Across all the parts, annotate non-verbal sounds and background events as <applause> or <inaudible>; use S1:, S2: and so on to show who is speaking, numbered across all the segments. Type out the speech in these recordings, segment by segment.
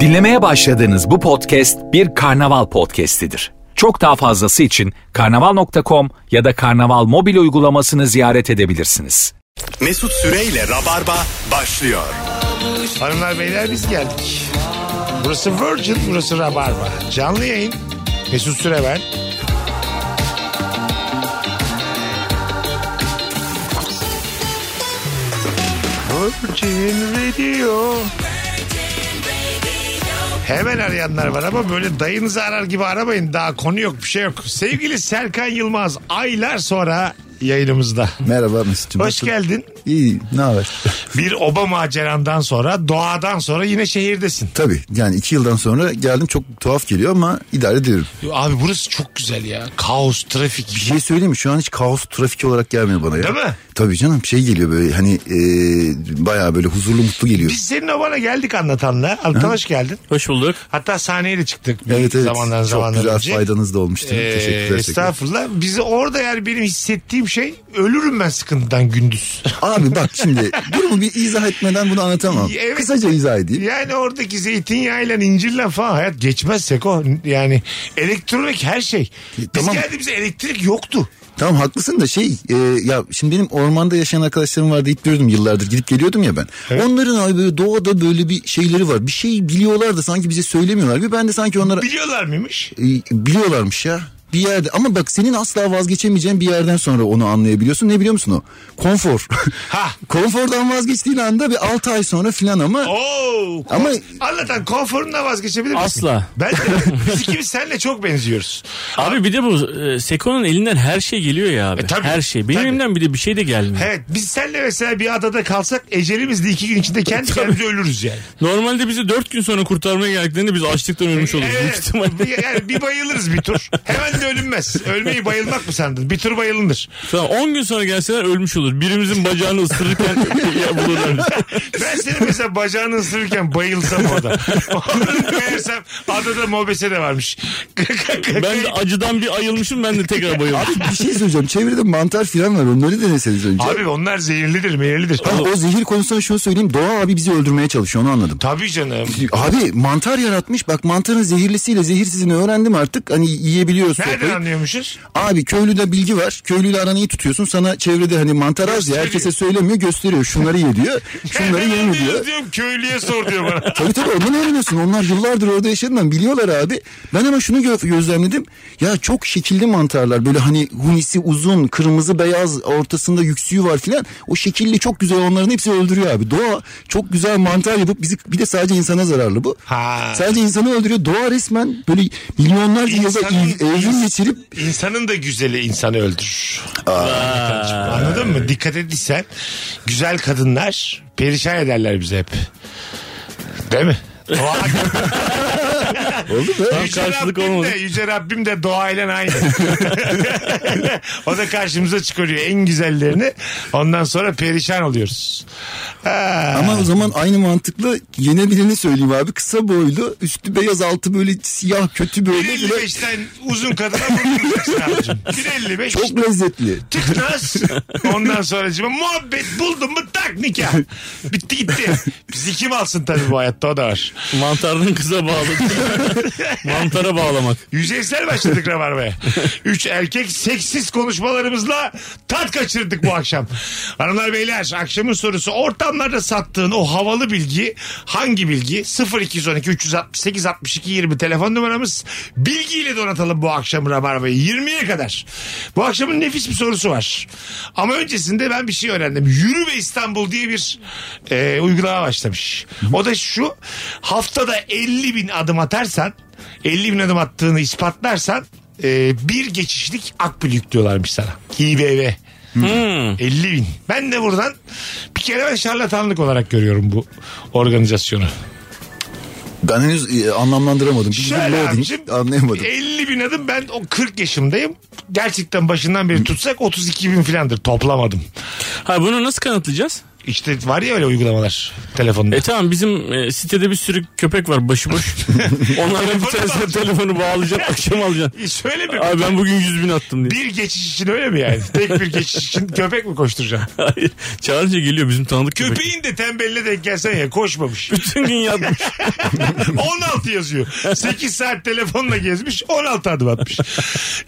S1: Dinlemeye başladığınız bu podcast bir karnaval podcastidir. Çok daha fazlası için karnaval.com ya da karnaval mobil uygulamasını ziyaret edebilirsiniz.
S2: Mesut Süreyle Rabarba başlıyor.
S3: Hanımlar beyler biz geldik. Burası Virgin, burası Rabarba. Canlı yayın. Mesut Süre ben. Virgin Radio. Hemen arayanlar var ama böyle dayınızı arar gibi aramayın. Daha konu yok bir şey yok. Sevgili Serkan Yılmaz aylar sonra yayınımızda.
S4: Merhaba Mesut'cum.
S3: Hoş
S4: Nasıl-
S3: geldin.
S4: İyi ne haber? E,
S3: Bir oba macerandan sonra doğadan sonra yine şehirdesin.
S4: Tabii yani iki yıldan sonra geldim çok tuhaf geliyor ama idare ediyorum.
S3: Abi burası çok güzel ya. Kaos, trafik.
S4: Bir şey söyleyeyim mi şu an hiç kaos trafik olarak gelmiyor bana ya.
S3: Değil mi?
S4: Tabii canım şey geliyor böyle hani e, bayağı böyle huzurlu mutlu geliyor.
S3: Biz senin obana geldik anlatanla. Anlatan hoş geldin.
S5: Hoş bulduk.
S3: Hatta sahneye de çıktık bir
S4: Evet evet
S3: zamandan
S4: çok
S3: zamandan
S4: güzel
S3: önce.
S4: faydanız da olmuştu.
S3: Ee,
S4: Teşekkürler. tekrar.
S3: estağfurullah. Bizi orada yani benim hissettiğim şey ölürüm ben sıkıntıdan gündüz.
S4: <laughs> Abi bak şimdi durumu bir izah etmeden bunu anlatamam.
S3: <laughs> Evet.
S4: Kısaca izah edeyim.
S3: yani oradaki zeytinyağıyla incirle falan hayat geçmez Seko. Yani elektronik her şey. Biz
S4: tamam.
S3: geldiğimizde elektrik yoktu.
S4: Tamam haklısın da şey e, ya şimdi benim ormanda yaşayan arkadaşlarım vardı deyip duruyordum yıllardır gidip geliyordum ya ben. Onların abi böyle doğada böyle bir şeyleri var. Bir şey biliyorlar da sanki bize söylemiyorlar. Bir ben de sanki onlara
S3: Biliyorlar mıymış?
S4: e, biliyorlarmış ya. Bir yerde ama bak senin asla vazgeçemeyeceğin bir yerden sonra onu anlayabiliyorsun. Ne biliyor musun o? Konfor. <laughs>
S3: Ha.
S4: Konfordan vazgeçtiğin anda bir 6 ay sonra filan ama
S3: Oo,
S4: Ama-
S3: anlatan konforundan vazgeçebilir misin?
S5: Asla. <laughs>
S3: Ben de, biz ikimiz seninle çok benziyoruz.
S5: Abi bir de bu e, Seko'nun elinden her şey geliyor ya abi.
S3: E, tabii.
S5: her şey. Benim
S3: Tabii.
S5: elimden bir de bir şey de gelmiyor.
S3: Evet biz senle mesela bir adada kalsak ecelimiz de iki gün içinde
S5: <laughs>
S3: kendi kendimize ölürüz yani.
S5: Normalde bizi dört gün sonra kurtarmaya geldiklerinde biz açlıktan ölmüş oluruz büyük
S3: E, Evet,
S5: ihtimalle.
S3: <laughs> bir- yani bir bayılırız bir tur. Hemen de ölünmez. Ölmeyi bayılmak mı sandın? Bir tur bayılınır.
S5: Tamam 10 gün sonra gelseler ölmüş olur. Birimizin bacağını ısırırken <laughs> ya bulurlar. bizi.
S3: Ben senin mesela bacağını ısırırken bayılsam orada. Onu meğersem adada mobese de varmış.
S5: Ben de acıdan bir ayılmışım ben de tekrar bayılmışım.
S4: Abi bir şey söyleyeceğim. Çevrede mantar filan var. Onları deneseniz önce.
S3: Abi onlar zehirlidir meyillidir.
S4: Ama o zehir konusunda şunu söyleyeyim. Doğa abi bizi öldürmeye çalışıyor. Onu anladım.
S3: Tabii canım.
S4: Abi mantar yaratmış. Bak mantarın zehirlisiyle zehirsizini öğrendim artık. Hani yiyebiliyoruz
S3: Nereden
S4: sopayı.
S3: anlıyormuşuz?
S4: Abi köylüde bilgi var. Köylüyle aranı iyi tutuyorsun. Sana çevrede hani mantar az ya herkese söylemiyor. Gösteriyor. Şunları ye diyor. Şunları
S3: Nereden
S4: yeme
S3: anlıyoruz
S4: diyor.
S3: diyorum köylüye sor diyor
S5: <laughs>
S3: bana.
S4: Tabii tabii ondan öğreniyorsun. Onlar yıllardır orada yaşadığından biliyorlar abi. Ben ama şunu gö- gözlemledim. Ya çok şekilli mantarlar. Böyle hani hunisi uzun, kırmızı beyaz, ortasında yüksüğü var filan. O şekilli çok güzel onların hepsi öldürüyor abi. Doğa çok güzel mantar yapıp bizi bir de sadece insana zararlı bu.
S3: Ha.
S4: Sadece insanı öldürüyor. Doğa resmen böyle milyonlarca yılda
S3: İnsanın-
S4: ev- evrim geçirip
S3: İnsanın da güzeli insanı öldürür. Anlatancığım, Anladın mı? Dikkat edilsen güzel kadınlar perişan ederler bizi hep. Değil mi?
S5: <laughs>
S3: Doğa
S4: oldu mu?
S5: Tam
S3: Yüce
S5: karşılık
S3: Rabbim
S5: olmadı.
S3: de, Yüce Rabbim de doğayla aynı. <laughs> o da karşımıza çıkarıyor en güzellerini. Ondan sonra perişan oluyoruz.
S5: Ee,
S3: Ha.
S4: Ama o zaman aynı mantıkla yenebileni söyleyeyim abi. Kısa boylu, üstü beyaz, altı böyle siyah, kötü böyle. böyle
S3: 1.55'ten uzun kadına vurmayacaksın abicim. 1.55
S4: çok lezzetli.
S3: tıknaz. Ondan sonra muhabbet buldun mu tak nikah. Bitti gitti. Bizi kim alsın tabii bu hayatta o da var.
S5: Mantarın kıza
S3: <laughs>
S5: bağlı. Mantara bağlamak.
S3: Yüzeysel başladık Rabarba'ya. Üç erkek seksiz konuşmalarımızla tat kaçırdık bu akşam. Hanımlar beyler akşamın sorusu ortamlarda sattığın o havalı bilgi hangi bilgi? 0212 368 62 20 telefon numaramız. Bilgiyle donatalım bu akşam Rabarba'yı 20'ye kadar. Bu akşamın nefis bir sorusu var. Ama öncesinde ben bir şey öğrendim. Yürü be İstanbul diye bir e, uygulama başlamış. O da şu haftada 50 bin adım atarsan 50 bin adım attığını ispatlarsan e, bir geçişlik akbil yüklüyorlarmış sana. İBB. 50 bin. Ben de buradan bir kere ben şarlatanlık olarak görüyorum bu organizasyonu.
S4: Ben henüz e, anlamlandıramadım. Bir
S3: Şöyle
S4: loading
S3: abicim, E,
S4: anlayamadım.
S3: 50 bin adım ben o 40 yaşımdayım. Gerçekten başından beri tutsak 32 bin filandır toplamadım.
S5: Ha bunu nasıl kanıtlayacağız?
S3: İşte var ya öyle uygulamalar telefonda.
S5: E tamam bizim e, sitede bir sürü köpek var
S3: <laughs>
S5: başıboş. Onlardan bir tanesine telefonu bağlayacaksın akşam alacaksın.
S3: E, Söyle mi?
S5: Abi ben bugün 100 bin attım diye.
S3: Bir geçiş için öyle mi yani? Tek bir
S5: <laughs>
S3: geçiş için köpek mi koşturacaksın?
S5: Hayır. Çağırınca geliyor bizim tanıdık köpek.
S3: Köpeğin de tembeline denk gelsen ya koşmamış.
S5: Bütün gün yatmış.
S3: 16 yazıyor. 8 saat telefonla gezmiş 16 adım atmış.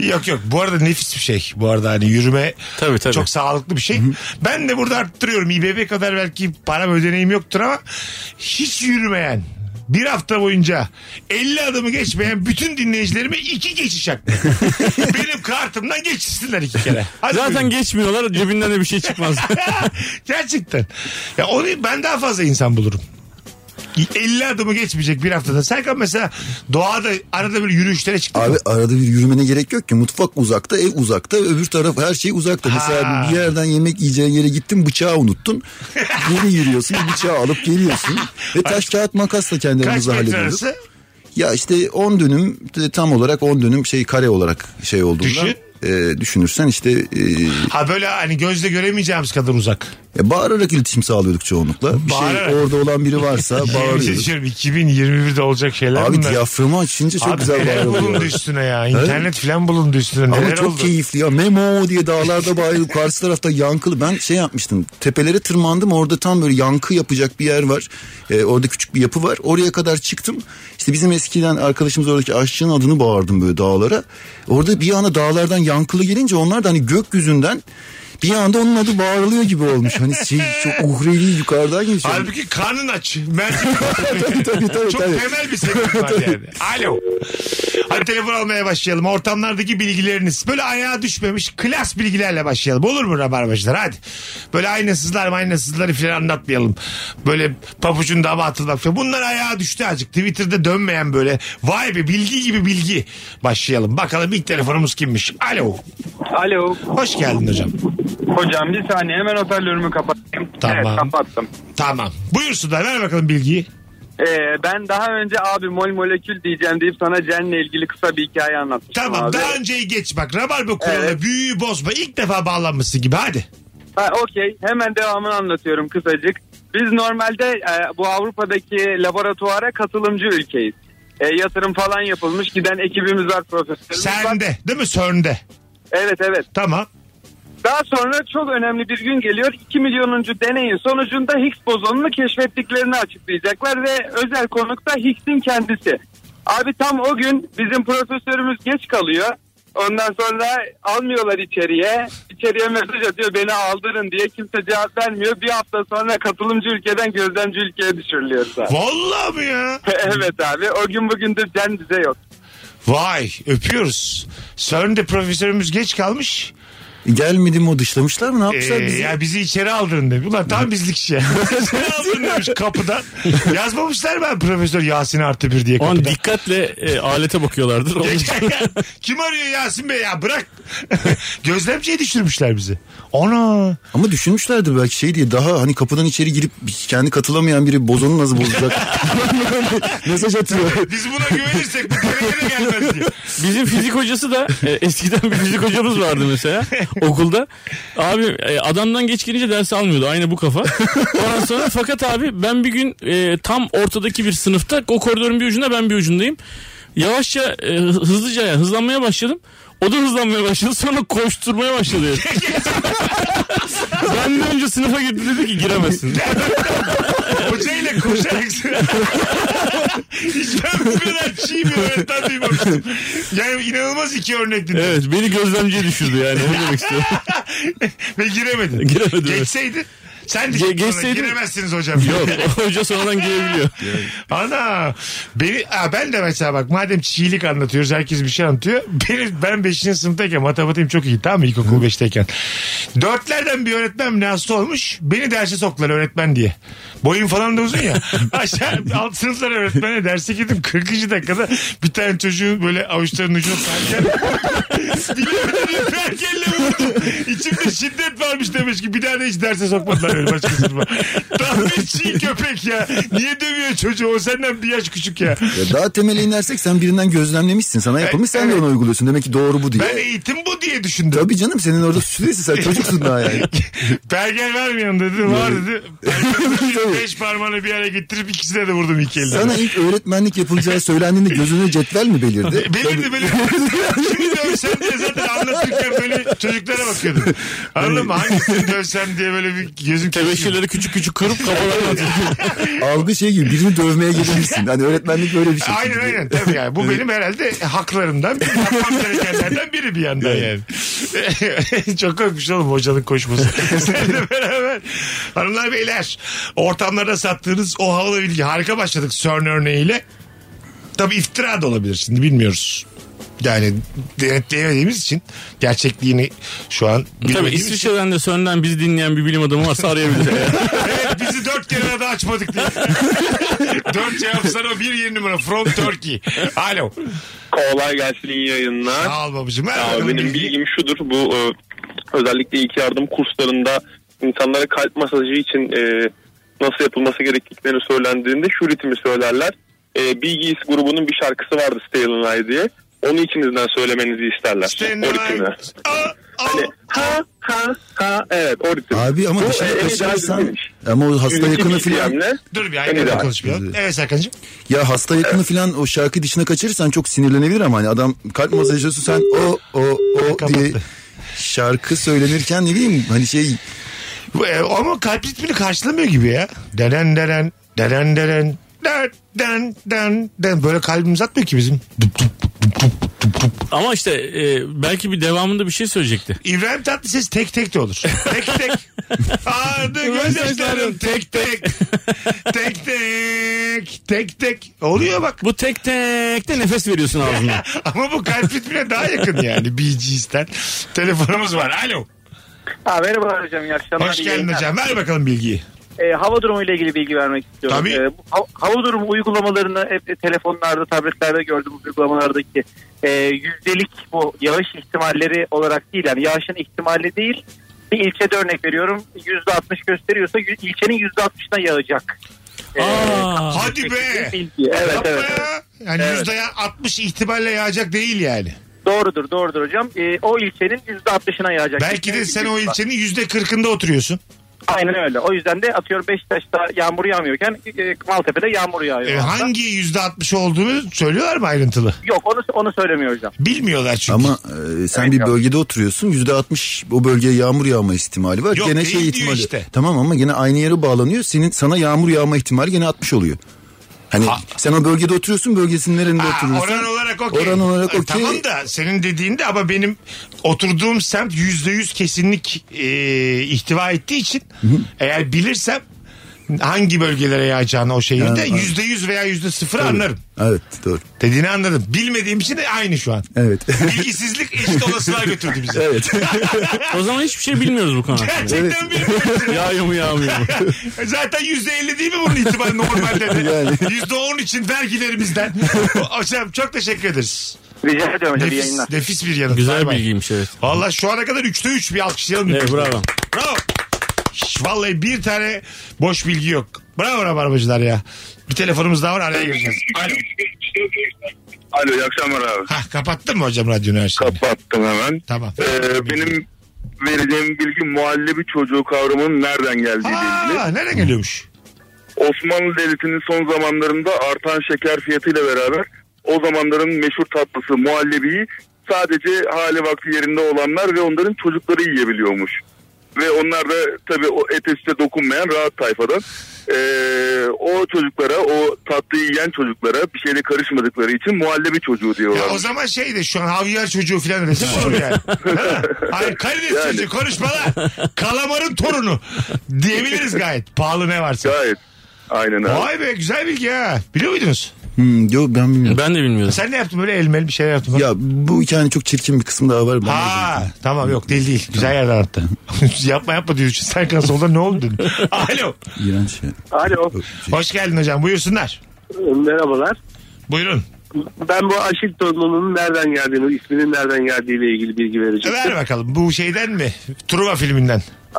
S3: yok yok bu arada nefis bir şey. Bu arada hani yürüme
S5: Tabii, tabii.
S3: çok sağlıklı bir şey. ben de burada arttırıyorum. İBB kadar belki param ödeneğim yoktur ama hiç yürümeyen bir hafta boyunca 50 adımı geçmeyen bütün dinleyicilerime iki
S5: <laughs>
S3: geçiş hakkı. Benim kartımdan geçsinler iki kere. <laughs> Hadi
S5: Zaten
S3: buyurun.
S5: geçmiyorlar cebinden de bir şey
S3: <laughs>
S5: çıkmaz.
S3: Gerçekten. Ya onu ben daha fazla insan bulurum. 50 adımı geçmeyecek bir haftada. Serkan mesela doğada arada böyle yürüyüşlere çıktı.
S4: Abi arada bir yürümene gerek yok ki. Mutfak uzakta, ev uzakta, öbür taraf her şey uzakta.
S3: Ha.
S4: Mesela bir yerden yemek yiyeceğin yere gittin, bıçağı
S3: <laughs>
S4: unuttun. Geri yürüyorsun, bıçağı alıp geliyorsun. Ve taş kağıt makasla kendi
S3: Kaç
S4: aramızda
S3: metre
S4: hallediyoruz.
S3: arası?
S4: Ya işte 10 dönüm e, tam olarak 10 dönüm şey kare olarak şey olduğundan.
S3: Düşün.
S4: e, düşünürsen işte e,
S3: Ha böyle hani gözle göremeyeceğimiz kadar uzak.
S4: e, bağırarak iletişim sağlıyorduk çoğunlukla. Bir
S3: Bağırarak.
S4: şey orada olan biri
S3: <laughs>
S4: varsa
S3: Yemin
S4: bağırıyorduk.
S3: ediyorum 2021'de olacak şeyler
S4: Abi
S3: bunlar.
S4: diyaframı açınca çok
S3: Abi
S4: güzel
S3: neler bulundu
S4: bağırıyordu.
S3: üstüne ya. İnternet filan bulundu üstüne. Neler
S4: Ama çok
S3: oldu?
S4: keyifli ya. Memo diye dağlarda bağırıp karşı tarafta yankılı. Ben şey yapmıştım. Tepelere tırmandım. Orada tam böyle yankı yapacak bir yer var. Ee, orada küçük bir yapı var. Oraya kadar çıktım. İşte bizim eskiden arkadaşımız oradaki aşçının adını bağırdım böyle dağlara. Orada bir ana dağlardan yankılı gelince onlar da hani gökyüzünden bir anda onun adı bağırılıyor gibi olmuş. Hani şey çok uhrevi yukarıdan geçiyor.
S3: Halbuki karnın aç. Mert'in
S4: <laughs> tabii tabii tabii.
S3: Çok
S4: tabii.
S3: temel bir sebep var yani. Alo. Hadi telefon almaya başlayalım. Ortamlardaki bilgileriniz. Böyle ayağa düşmemiş klas bilgilerle başlayalım. Olur mu rabarbacılar? Hadi. Böyle aynasızlar aynasızları falan anlatmayalım. Böyle papucun dama atılmak falan. Bunlar ayağa düştü azıcık. Twitter'da dönmeyen böyle vay be bilgi gibi bilgi başlayalım. Bakalım ilk telefonumuz kimmiş? Alo.
S6: Alo.
S3: Hoş geldin hocam.
S6: Hocam bir saniye hemen hoparlörümü kapatayım.
S3: Tamam.
S6: Evet kapattım.
S3: Tamam. Buyursunlar. Ver bakalım bilgiyi.
S6: Ee, ben daha önce abi mol molekül diyeceğim deyip sana Cen'le ilgili kısa bir hikaye anlatmıştım
S3: Tamam.
S6: abi.
S3: Daha önceyi geç bak. Rabarba kuralı.
S6: Evet.
S3: Büyüyü bozma. İlk defa bağlanmışsın gibi. Hadi.
S6: Ha, Okey hemen devamını anlatıyorum kısacık. Biz normalde e, bu Avrupa'daki laboratuvara katılımcı ülkeyiz. E, yatırım falan yapılmış giden ekibimiz var profesörümüz var.
S3: Sende değil mi? Sörn'de.
S6: Evet evet.
S3: Tamam.
S6: Daha sonra çok önemli bir gün geliyor. 2 milyonuncu deneyin sonucunda Higgs bozonunu keşfettiklerini açıklayacaklar ve özel konuk da Higgs'in kendisi. Abi tam o gün bizim profesörümüz geç kalıyor. Ondan sonra almıyorlar içeriye. İçeriye mesaj atıyor beni aldırın diye kimse cevap vermiyor. Bir hafta sonra katılımcı ülkeden gözlemci ülkeye düşürülüyorsa.
S3: Vallahi mi ya?
S6: <laughs> evet abi o gün bugündür can bize yok.
S3: Vay öpüyoruz. CERN'de profesörümüz geç kalmış.
S4: E, Gelmedim o dışlamışlar mı? Ne
S3: Ee,
S4: yapmışlar bizi?
S3: ya bizi içeri aldırın demiş. Ulan tam bizlik <laughs> şey. içeri aldırın demiş kapıdan. Yazmamışlar ben profesör Yasin artı bir diye
S5: O an
S3: kapıdan. <laughs>
S5: dikkatle e, alete bakıyorlardır. Onun için-
S3: Kim arıyor Yasin Bey ya bırak. <laughs> Gözlemciye düşürmüşler bizi. Ona.
S4: Ama düşünmüşlerdir belki şey diye daha hani kapıdan içeri girip kendi katılamayan biri bozonu nasıl bozacak? Mesaj atıyor.
S3: Biz buna güvenirsek bu kere gene gelmez diye.
S5: Bizim fizik hocası da e, eskiden bir fizik hocamız vardı mesela okulda. Abi e, adamdan geç gelince ders almıyordu aynı bu kafa. Ondan sonra fakat abi ben bir gün e, tam ortadaki bir sınıfta o koridorun bir ucunda ben bir ucundayım. Yavaşça e, hızlıca yani hızlanmaya başladım. O da hızlanmaya başladı sonra koşturmaya başladı. ben de önce sınıfa girdi dedi ki giremezsin.
S3: <laughs> Hocayla koşarak <laughs> Hiç ben bu kadar çiğ bir öğretmen duymamıştım. Yani inanılmaz iki örnek dinledim.
S5: Evet beni gözlemciye düşürdü yani onu demek istiyorum.
S3: <laughs> Ve giremedin.
S5: Giremedim.
S3: Geçseydin. Sen de
S5: Ge- geçseydim-
S3: giremezsiniz hocam.
S5: Yok
S3: <laughs>
S5: hoca sonradan girebiliyor.
S3: Ana beni Aa, ben de mesela bak madem çiğlik anlatıyoruz herkes bir şey anlatıyor. <laughs> Benim, ben 5. sınıftayken matematiğim çok iyi tamam mı ilkokul 5'teyken. Dörtlerden bir öğretmen bile hasta olmuş. Beni derse soktular öğretmen diye. Boyum falan da uzun ya. Aşağı alt sınıflar öğretmene derse girdim 40. dakikada bir tane çocuğun böyle avuçlarının ucunu sarken bir de böyle perkelle vurdum. İçimde şiddet varmış demiş ki bir daha da hiç derse sokmadılar. benim başka sınıfa. Tam bir çiğ köpek ya. Niye dövüyor çocuğu? O senden bir yaş küçük ya.
S4: Ya daha temele inersek sen birinden gözlemlemişsin. Sana yapılmış sen de
S3: evet.
S4: onu uyguluyorsun. Demek ki doğru bu diye.
S3: Ben eğitim bu diye düşündüm.
S4: Tabii canım senin orada suçlu değilsin. Sen çocuksun daha
S3: <laughs>
S4: yani.
S3: Pergel vermiyorsun dedi. Var dedi. Pergel
S4: Tabii.
S3: beş parmağını bir yere getirip ikisine de vurdum iki elden.
S4: Sana ilk öğretmenlik yapılacağı söylendiğinde gözüne cetvel mi belirdi?
S3: Belirdi belirdi. Kimi dövsem diye zaten anlatırken böyle çocuklara bakıyordum. Anladın mı? Hangisini dövsem diye böyle <laughs> bir gözüm kesişiyordu.
S5: Tebeşirleri küçük küçük kırıp kafalarına atıyor.
S4: Algı şey gibi birini dövmeye gelmişsin. Hani öğretmenlik böyle bir şey.
S3: Aynen aynen tabii yani. Bu benim herhalde haklarımdan biri. Yapmam gerekenlerden biri bir yandan yani. <laughs> Çok korkmuş oğlum hocanın koşması. Seninle beraber. Hanımlar beyler ortamlarda sattığınız o havalı bilgi harika başladık CERN örneğiyle. Tabii iftira da olabilir şimdi bilmiyoruz. Yani denetleyemediğimiz için gerçekliğini şu an
S5: Tabii
S3: bilmediğimiz için-
S5: İsviçre'den de Sön'den bizi dinleyen bir bilim adamı varsa arayabilir.
S3: Evet bizi dört kere daha açmadık diye. dört cevap sana bir yeni numara from Turkey. Alo.
S7: Kolay gelsin iyi yayınlar.
S3: Sağ ol babacığım. Ver
S7: Ya
S3: bakalım
S7: benim
S3: bilgiyi.
S7: bilgim şudur bu e, özellikle ilk yardım kurslarında insanlara kalp masajı için e, nasıl yapılması gerektiklerini söylendiğinde şu ritmi söylerler. E, Bee Gees grubunun bir şarkısı vardı Stay Alive diye. Onu içinizden söylemenizi isterler.
S3: İşte
S7: o
S3: ne
S7: ritimle.
S3: var? Aa, aa.
S7: Hani ha ha ha evet o ritim.
S4: Abi ama
S7: Bu, e,
S4: dışarı
S7: en ideal
S4: kaçarsan
S7: ritimmiş.
S4: ama o hasta
S7: Yüzdeki
S4: yakını
S7: bir
S4: filan
S7: ihtiyamla-
S3: Dur bir
S7: En
S3: aynı anda
S7: ideal.
S3: konuşmayalım. Evet Serkan'cığım.
S4: ya hasta yakını filan o şarkı dışına kaçırırsan çok sinirlenebilir ama hani adam kalp masajcısı sen o o o diye
S3: Kapattı.
S4: hani şey-
S3: e,
S5: e, şey
S3: <laughs>
S7: e, e, E, e,
S3: E,
S4: e, şey Hani
S3: E, e,
S4: Hmm,
S8: Ee, ee,
S5: şey
S3: <laughs> <laughs> şey <laughs>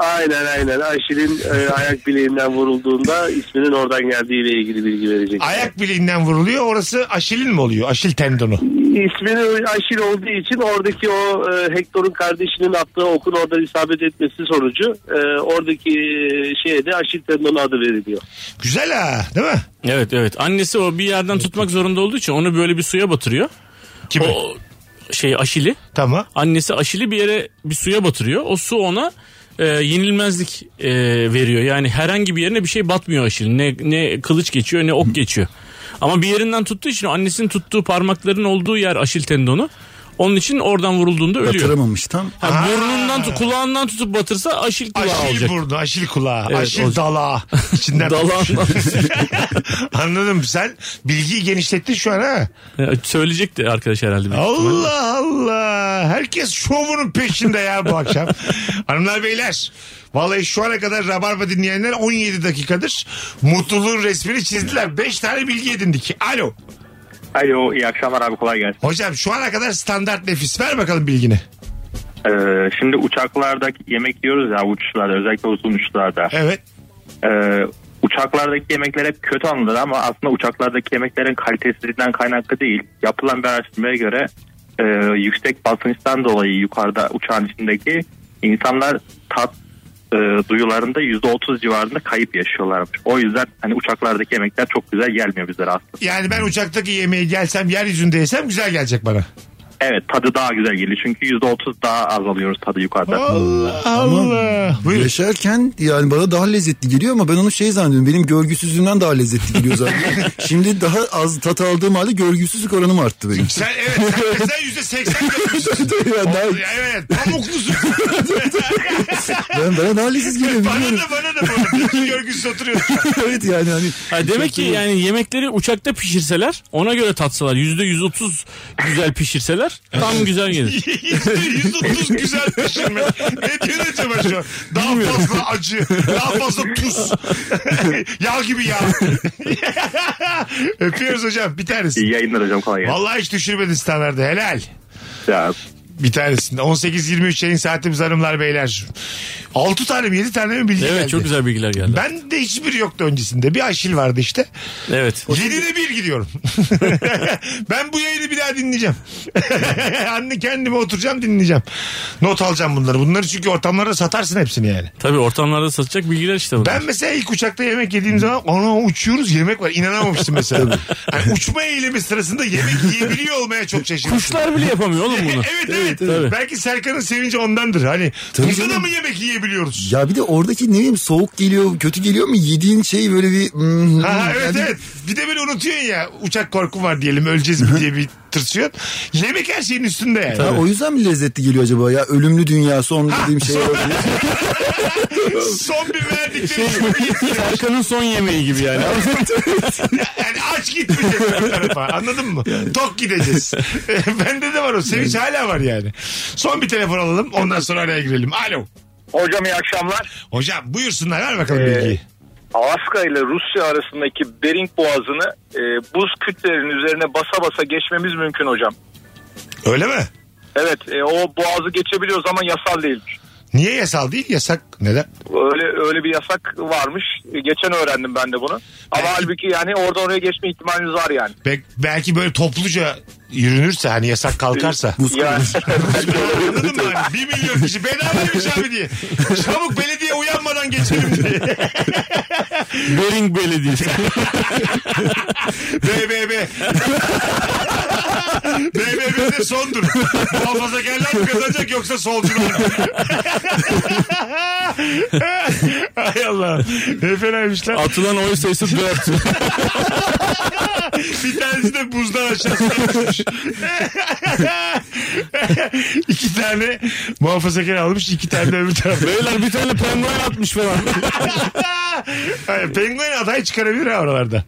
S7: Aynen aynen. Ayşe'nin e, ayak bileğinden vurulduğunda isminin oradan geldiğiyle ilgili bilgi verecek.
S3: Ayak bileğinden vuruluyor. Orası aşilin mi oluyor? Aşil tendonu.
S7: İsminin Ayşil olduğu için oradaki o e, Hector'un kardeşinin attığı okun oradan isabet etmesi sonucu e, oradaki e, şeye de Ayşil tendonu adı veriliyor.
S3: Güzel ha değil mi?
S5: Evet evet. Annesi o bir yerden tutmak zorunda olduğu için onu böyle bir suya batırıyor.
S3: Kimi?
S5: O şey Aşil'i.
S3: Tamam.
S5: Annesi Aşil'i bir yere bir suya batırıyor. O su ona e, yenilmezlik e, veriyor. Yani herhangi bir yerine bir şey batmıyor Aşil'in. Ne, ne kılıç geçiyor ne ok geçiyor. Ama bir yerinden tuttuğu için annesinin tuttuğu parmakların olduğu yer Aşil tendonu. Onun için oradan vurulduğunda ölüyor.
S4: Batıramamış tam.
S5: Ha, burnundan tut- kulağından tutup batırsa Aşil kulağı
S3: Aşil
S5: olacak.
S3: burnu, aşil kulağı,
S5: Evet,
S3: aşil
S5: olacak. <laughs>
S3: dalağı. İçinden şey.
S5: Dalağından-
S3: <laughs> Anladım sen bilgiyi genişlettin şu an ha.
S5: Ya, Söyleyecekti arkadaş herhalde.
S3: Allah Allah. Herkes şovunun peşinde ya bu
S5: <laughs>
S3: akşam. Hanımlar beyler. Vallahi şu ana kadar Rabarba dinleyenler 17 dakikadır mutluluğun resmini çizdiler. 5 tane bilgi edindik. Alo.
S8: Alo iyi akşamlar abi kolay gelsin.
S3: Hocam şu ana kadar standart nefis. Ver bakalım bilgini.
S8: Ee, şimdi uçaklarda yemek yiyoruz ya uçuşlarda özellikle uzun uçuşlarda.
S3: Evet.
S8: Ee, uçaklardaki yemekler hep kötü anılır ama aslında uçaklardaki yemeklerin kalitesizliğinden kaynaklı değil. Yapılan bir araştırmaya göre e, yüksek basınçtan dolayı yukarıda uçağın içindeki insanlar tat e, duyularında %30 civarında kayıp yaşıyorlarmış. O yüzden hani uçaklardaki yemekler çok güzel gelmiyor bizlere aslında.
S3: Yani ben uçaktaki yemeğe gelsem yeryüzünde yesem güzel gelecek bana.
S8: Evet tadı daha güzel geliyor çünkü %30 daha azalıyoruz tadı yukarıda.
S3: Allah Allah. Buyurun.
S4: Yaşarken yani bana daha lezzetli geliyor ama ben onu şey zannediyorum. Benim görgüsüzlüğümden daha lezzetli geliyor
S3: <laughs>
S4: zaten. Şimdi daha az tat aldığım halde görgüsüzlük oranım arttı benim.
S3: Sen evet sen- sen yüzde seksen götürmüşsün.
S4: <laughs> Ya daha-
S3: Evet pamuklusun.
S4: ben, bana daha leziz geliyor
S3: bana
S4: biliyorum.
S3: da bana da bana. İki görgüsüz oturuyor.
S4: evet yani hani.
S5: Ha demek ki yani yemekleri uçakta pişirseler ona göre tatsalar yüzde 130 güzel pişirseler
S3: <laughs>
S5: tam güzel gelir.
S3: %130 güzel pişirme. Ne diyor acaba şu an? Daha fazla acı, daha fazla tuz. <laughs> yağ gibi yağ. <laughs> Öpüyoruz hocam bir tanesi.
S8: İyi yayınlar hocam kolay gelsin.
S3: Vallahi hiç düşürmedin standardı helal.
S8: Ya,
S3: Bir tanesinde 18-23 yayın saatimiz hanımlar beyler. 6 tane mi 7 tane mi bilgi
S5: Evet
S3: geldi.
S5: çok güzel bilgiler geldi.
S3: Ben de hiçbiri yoktu öncesinde. Bir Aşil vardı işte.
S5: Evet.
S3: Yedide bir gidiyorum. <laughs> ben bu yayını bir daha dinleyeceğim. <laughs> Anne kendime oturacağım dinleyeceğim. Not alacağım bunları. Bunları çünkü ortamlara satarsın hepsini yani.
S5: Tabii ortamlarda satacak bilgiler işte bunlar.
S3: Ben mesela ilk uçakta yemek yediğim zaman ana uçuyoruz yemek var. İnanamamıştım mesela. Hani uçma eğilimi sırasında yemek yiyebiliyor olmaya çok şaşırmıştım.
S5: Kuşlar bile yapamıyor oğlum <laughs> bunu.
S3: Evet evet.
S5: Tabii.
S3: Belki Serkan'ın sevinci ondandır. Hani
S4: Tabii
S3: burada da
S4: canım.
S3: mı yemek yiyebiliyoruz?
S4: Ya bir de oradaki ne bileyim soğuk geliyor kötü geliyor mu yediğin şey böyle bir. hmm,
S3: Ha, ha, evet
S4: yani-
S3: evet. Bir de beni unutuyorsun ya. Uçak korkum var diyelim öleceğiz mi diye bir tırsıyorsun. Yemek her şeyin üstünde yani.
S4: Ha, o yüzden mi lezzetli geliyor acaba ya ölümlü dünya son dediğim şey olabilir.
S3: Son bir verdikleri gibi gitmiyor.
S5: Serkan'ın son yemeği gibi yani.
S3: <laughs> Yani aç gitmeyecek öbür tarafa. Anladın mı? Tok <laughs> gideceğiz. E, Bende de var o. Sevinç hala var yani. Son bir telefon alalım. Ondan sonra araya girelim. Alo.
S7: Hocam iyi akşamlar.
S3: Hocam buyursunlar. Ver bakalım
S7: Ee,
S3: bilgiyi.
S7: Alaska ile Rusya arasındaki Bering Boğazı'nı e, buz kütlelerinin üzerine basa basa geçmemiz mümkün hocam.
S3: Öyle mi?
S7: Evet e, o boğazı geçebiliyoruz ama yasal değilmiş.
S3: Niye yasal değil? Yasak. Neden?
S7: Öyle öyle bir yasak varmış. E, Geçen öğrendim ben de bunu. Ama
S3: Belki-
S7: halbuki yani orada oraya geçme ihtimaliniz var yani.
S3: Bel- belki böyle topluca yürünürse hani yasak <laughs> kalkarsa.
S7: Yani-
S3: Anladın mı? Hani bir milyon kişi bedavaymış abi diye. Çabuk belediye uyanmadan geçelim diye.
S5: Bering <laughs> Belediyesi.
S3: <laughs> BBB. BBB de sondur. Muhafazakarlar mı kazanacak yoksa solcular mı? <laughs> Ay Allah. Ne fenaymış lan.
S5: Atılan oy sayısı 4. <laughs>
S3: Bir tanesi de buzdan aşağısına <laughs> düşmüş. iki tane muhafazakar almış. iki tane de öbür tarafa.
S5: Beyler bir tane penguen atmış falan.
S3: Hayır, penguen adayı çıkarabilir ha oralarda.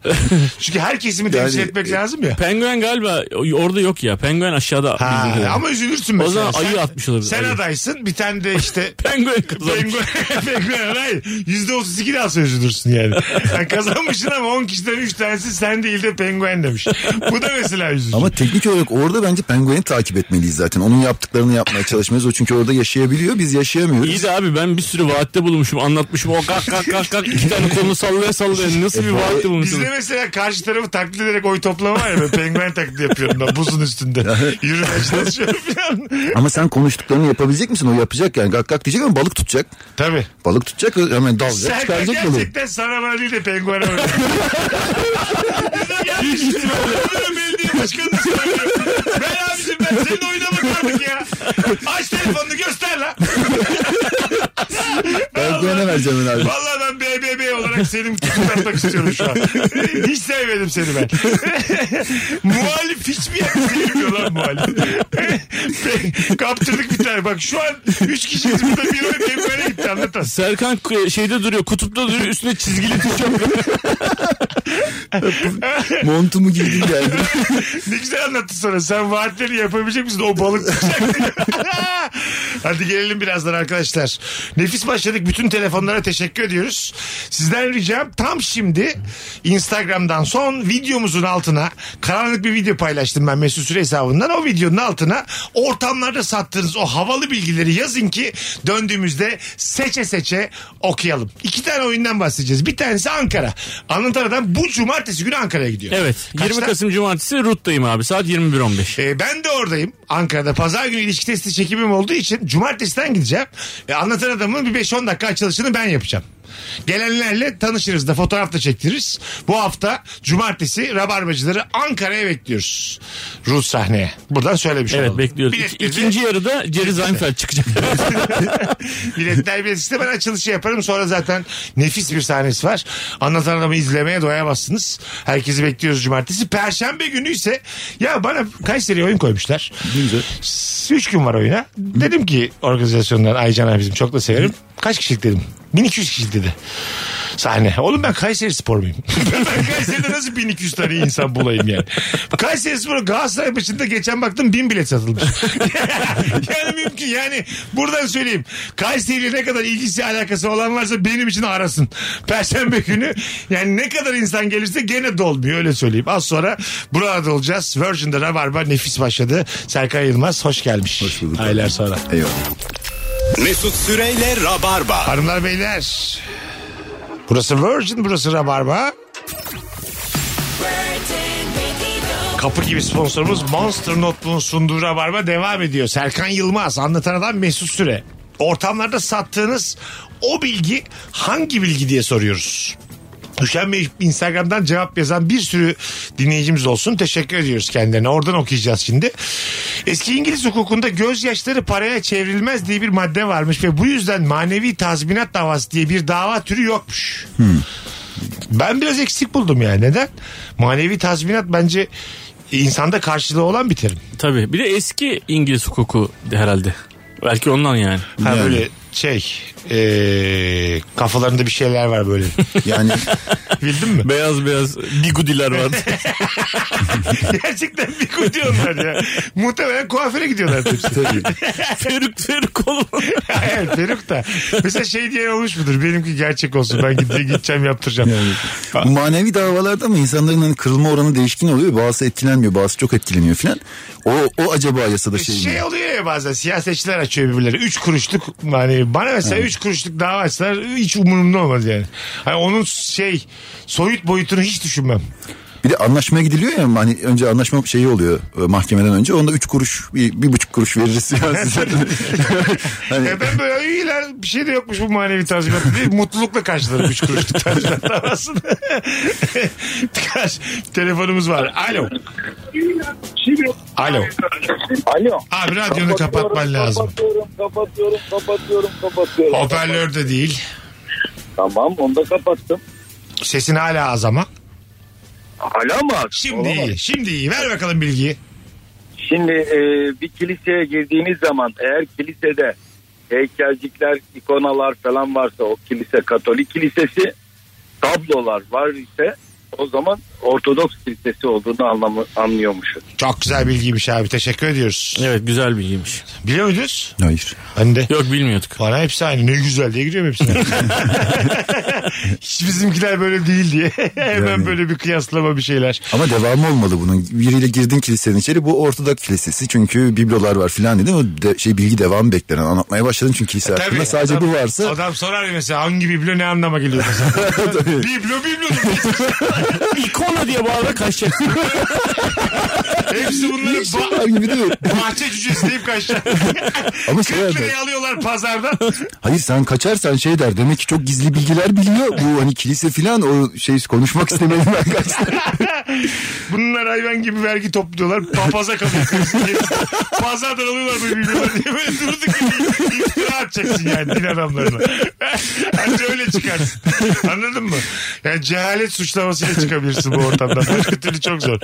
S3: Çünkü her kesimi temsil
S4: Yani,
S3: etmek lazım
S5: <laughs>
S3: ya.
S5: Penguen galiba orada yok ya. Penguen aşağıda.
S3: Ha,
S5: bildiğim kadarıyla.
S3: ama üzülürsün
S5: o
S3: mesela.
S5: zaman
S3: Sen-
S5: ayı atmış olabilir.
S3: Sen
S5: ayı. <laughs>
S3: adaysın bir tane de işte
S5: Penguen kazanmış.
S3: Penguen, penguen hayır. %30 %32 daha sözlüdürsün yani. Sen kazanmışsın ama 10 kişiden 3 tanesi sen değil de penguen demiş. Bu da mesela üzücü.
S4: Ama teknik olarak orada bence pengueni takip etmeliyiz zaten. Onun yaptıklarını yapmaya çalışmalıyız. O çünkü orada yaşayabiliyor. Biz yaşayamıyoruz.
S5: İyi de abi ben bir sürü vaatte bulunmuşum anlatmışım o kalk kalk kalk kalk iki tane kolunu sallaya <laughs> sallaya nasıl bir vaatte bulmuşum.
S3: Bizde mesela karşı tarafı taklit ederek oy toplama var ya böyle penguen taklidi yapıyorum ben buzun üstünde.
S5: <laughs>
S3: Yürümeye çalışıyorum falan.
S4: Ama sen konuştuklarını yapabilecek misin? O yapacak yani. Gak gak diyecek ama balık tutacak.
S3: Tabii.
S4: Balık tutacak hemen dalacak
S3: Sen
S4: çıkaracak
S3: gerçekten
S4: balığı.
S3: sana bana değil de penguene bak. Hiç belediye başkanını söylüyor. Ben abicim ben senin oyuna bakardık ya. Aç telefonunu göster lan.
S4: Penguene vereceğim ben
S3: <laughs>
S4: abi.
S3: Vallahi ben BBB olarak senin tutuklatmak istiyorum şu an. Hiç sevmedim seni ben. <laughs> muhalif hiçbir yerde sevmiyor lan muhalif. <laughs> Kaptırdık bir tane. Bak şu an 3 kişiyiz burada bir oy penguene gitti anlatan.
S5: Serkan k- şeyde duruyor kutupta duruyor üstüne çizgili tişört.
S4: Montumu giydim geldim.
S3: ne güzel anlattın sana. Sen vaatleri yapabilecek misin? O balık tutacak. Hadi gelelim birazdan arkadaşlar. Nefis başladık. Bütün telefonlara teşekkür ediyoruz. Sizden ricam tam şimdi Instagram'dan son videomuzun altına karanlık bir video paylaştım ben Mesut Süre hesabından. O videonun altına ortamlarda sattığınız o havalı bilgileri yazın ki döndüğümüzde seçe seçe okuyalım. İki tane oyundan bahsedeceğiz. Bir tanesi Ankara. Anlatana'dan bu cumartesi günü Ankara'ya
S5: <laughs>
S3: gidiyor.
S5: Evet 20
S3: Kaçta?
S5: Kasım Cumartesi Rut'tayım abi saat 21.15.
S3: Ee, ben de oradayım. Ankara'da. Pazar günü ilişki testi çekimim olduğu için cumartesiden gideceğim. Ee, anlatan adamın bir 5-10 dakika açılışını ben yapacağım. Gelenlerle tanışırız da fotoğraf da çektiririz. Bu hafta cumartesi Rabarbacıları Ankara'ya bekliyoruz. Ruh sahneye. Buradan söylemiş
S5: Evet
S3: olalım.
S5: bekliyoruz. İki-
S3: Biletleri de-
S5: İkinci yarıda Jerry Seinfeld çıkacak.
S3: Biletler bilet işte ben açılışı yaparım. Sonra zaten nefis bir sahnesi var. Anlatan adamı izlemeye doyamazsınız. Herkesi bekliyoruz cumartesi. Perşembe günü ise ya bana Kayseri'ye oyun koymuşlar. S- Üç gün var oyuna. Dedim ki organizasyondan Aycan abi bizim çok da severim. Kaç kişilik dedim. 1200 kişilik dedi. Sahne. Oğlum ben Kayseri spor muyum? ben Kayseri'de nasıl 1200 tane insan bulayım yani? Kayseri spor Galatasaray maçında geçen baktım 1000 bilet satılmış. <laughs> yani mümkün yani buradan söyleyeyim. Kayseri'yle ne kadar ilgisi alakası olan varsa benim için arasın. Perşembe günü yani ne kadar insan gelirse gene dolmuyor öyle söyleyeyim. Az sonra burada olacağız. Virgin'de Rabarba nefis başladı. Serkan Yılmaz hoş gelmiş. Hoş
S4: bulduk.
S3: Aylar sonra.
S4: Eyvallah.
S2: Mesut Süreyle Rabarba.
S3: Hanımlar beyler. Burası Virgin, burası Rabarba. Kapı gibi sponsorumuz Monster Notebook'un sunduğu Rabarba devam ediyor. Serkan Yılmaz, anlatan adam Mesut Süre. Ortamlarda sattığınız o bilgi hangi bilgi diye soruyoruz. Üşenmeyip Instagram'dan cevap yazan bir sürü dinleyicimiz olsun. Teşekkür ediyoruz kendilerine. Oradan okuyacağız şimdi. Eski İngiliz hukukunda gözyaşları paraya çevrilmez diye bir madde varmış ve bu yüzden manevi tazminat davası diye bir dava türü yokmuş. Ben biraz eksik buldum yani. Neden? Manevi tazminat bence insanda karşılığı olan bir terim.
S5: <laughs> Tabii bir de eski İngiliz hukuku herhalde. Belki ondan yani.
S3: Ha
S4: Yani.
S3: böyle şey eee, kafalarında bir şeyler var böyle.
S4: Yani
S3: Bildin mi?
S5: Beyaz beyaz bigudiler <laughs> vardı.
S3: <laughs> Gerçekten bir gidiyorlar ya. Muhtemelen kuaföre gidiyorlar hepsi.
S4: tabii.
S5: Feruk Feruk oğlum.
S3: <laughs> evet peruk da. Mesela şey diye olmuş mudur? Benimki gerçek olsun. Ben gideceğim, gideceğim yaptıracağım.
S4: Bu manevi davalarda mı insanların hani kırılma oranı değişkin oluyor. Bazısı etkilenmiyor, bazısı çok etkileniyor filan. O, o acaba yasada şey, mi?
S3: Şey oluyor ya bazen siyasetçiler açıyor birbirleri. Üç kuruşluk yani bana mesela üç kuruşluk dava açsalar hiç umurumda olmaz yani. Hani onun şey soyut boyutunu hiç düşünmem.
S4: Bir de anlaşmaya gidiliyor ya hani önce anlaşma şeyi oluyor e, mahkemeden önce. Onda üç kuruş, bir, bir buçuk kuruş veririz ya
S3: <laughs>
S4: size. hani,
S3: Ya ben böyle iyiler bir şey de yokmuş bu manevi tazminat diye mutlulukla karşılarım üç kuruşluk tazminat davasını. <laughs> Kaç- Telefonumuz var. Alo. Alo.
S9: Alo.
S3: Abi radyonu kapatman lazım.
S9: Kapatıyorum, kapatıyorum, kapatıyorum, kapatıyorum.
S3: Hoparlör de değil.
S9: Tamam, onu da kapattım.
S3: Sesin hala az ama.
S9: Hala mı?
S3: Şimdi
S9: Olamaz.
S3: iyi. Şimdi iyi. Ver bakalım bilgiyi.
S9: Şimdi e, bir kiliseye girdiğiniz zaman eğer kilisede heykelcikler, ikonalar falan varsa o kilise Katolik kilisesi tablolar var ise o zaman Ortodoks kilisesi olduğunu anlamı, anlıyormuşuz.
S3: Çok güzel bilgiymiş abi. Teşekkür ediyoruz.
S5: Evet güzel bilgiymiş.
S3: Biliyor muydunuz?
S4: Hayır.
S3: Ben de.
S5: Yok bilmiyorduk.
S3: Bana hepsi aynı. Ne güzel diye giriyorum
S4: <laughs>
S3: hepsine. Hiç bizimkiler böyle değil diye. Hemen
S4: Yani.
S3: böyle bir kıyaslama bir şeyler.
S4: Ama devamı olmalı bunun. Biriyle girdin kilisenin içeri bu Ortodoks kilisesi çünkü biblolar var filan dedin. O de- şey bilgi devamı beklenen anlatmaya başladın çünkü kilise hakkında
S3: E, Tabii.
S4: sadece
S3: Adam-
S4: bu varsa.
S3: Adam sorar ya mesela hangi biblo ne
S4: <laughs>
S3: anlama geliyor mesela.
S4: Tabii.
S3: biblo biblo. <laughs>
S5: İkona diye bağırarak kaçacaksın.
S3: Hepsi bunların
S4: Hiç
S3: ba-
S4: şey var gibi
S3: <laughs>
S4: değil.
S3: bahçe cücesi deyip kaçacak.
S4: Ama
S3: 40
S4: şey abi.
S3: liraya alıyorlar pazardan.
S4: Hayır sen kaçarsan şey der demek ki çok gizli bilgiler biliyor. Bu hani kilise filan o şey konuşmak istemedim
S3: <laughs>
S4: ben kaçtım.
S3: Bunlar hayvan gibi vergi topluyorlar. Papaza kapatıyorsun. diye. Pazardan alıyorlar bu bilgileri diye böyle durduk gibi iftira atacaksın yani din adamlarına. Anca öyle çıkarsın. Anladın mı? Yani cehalet suçlamasıyla çıkabilirsin bu ortamdan. Başka türlü çok zor.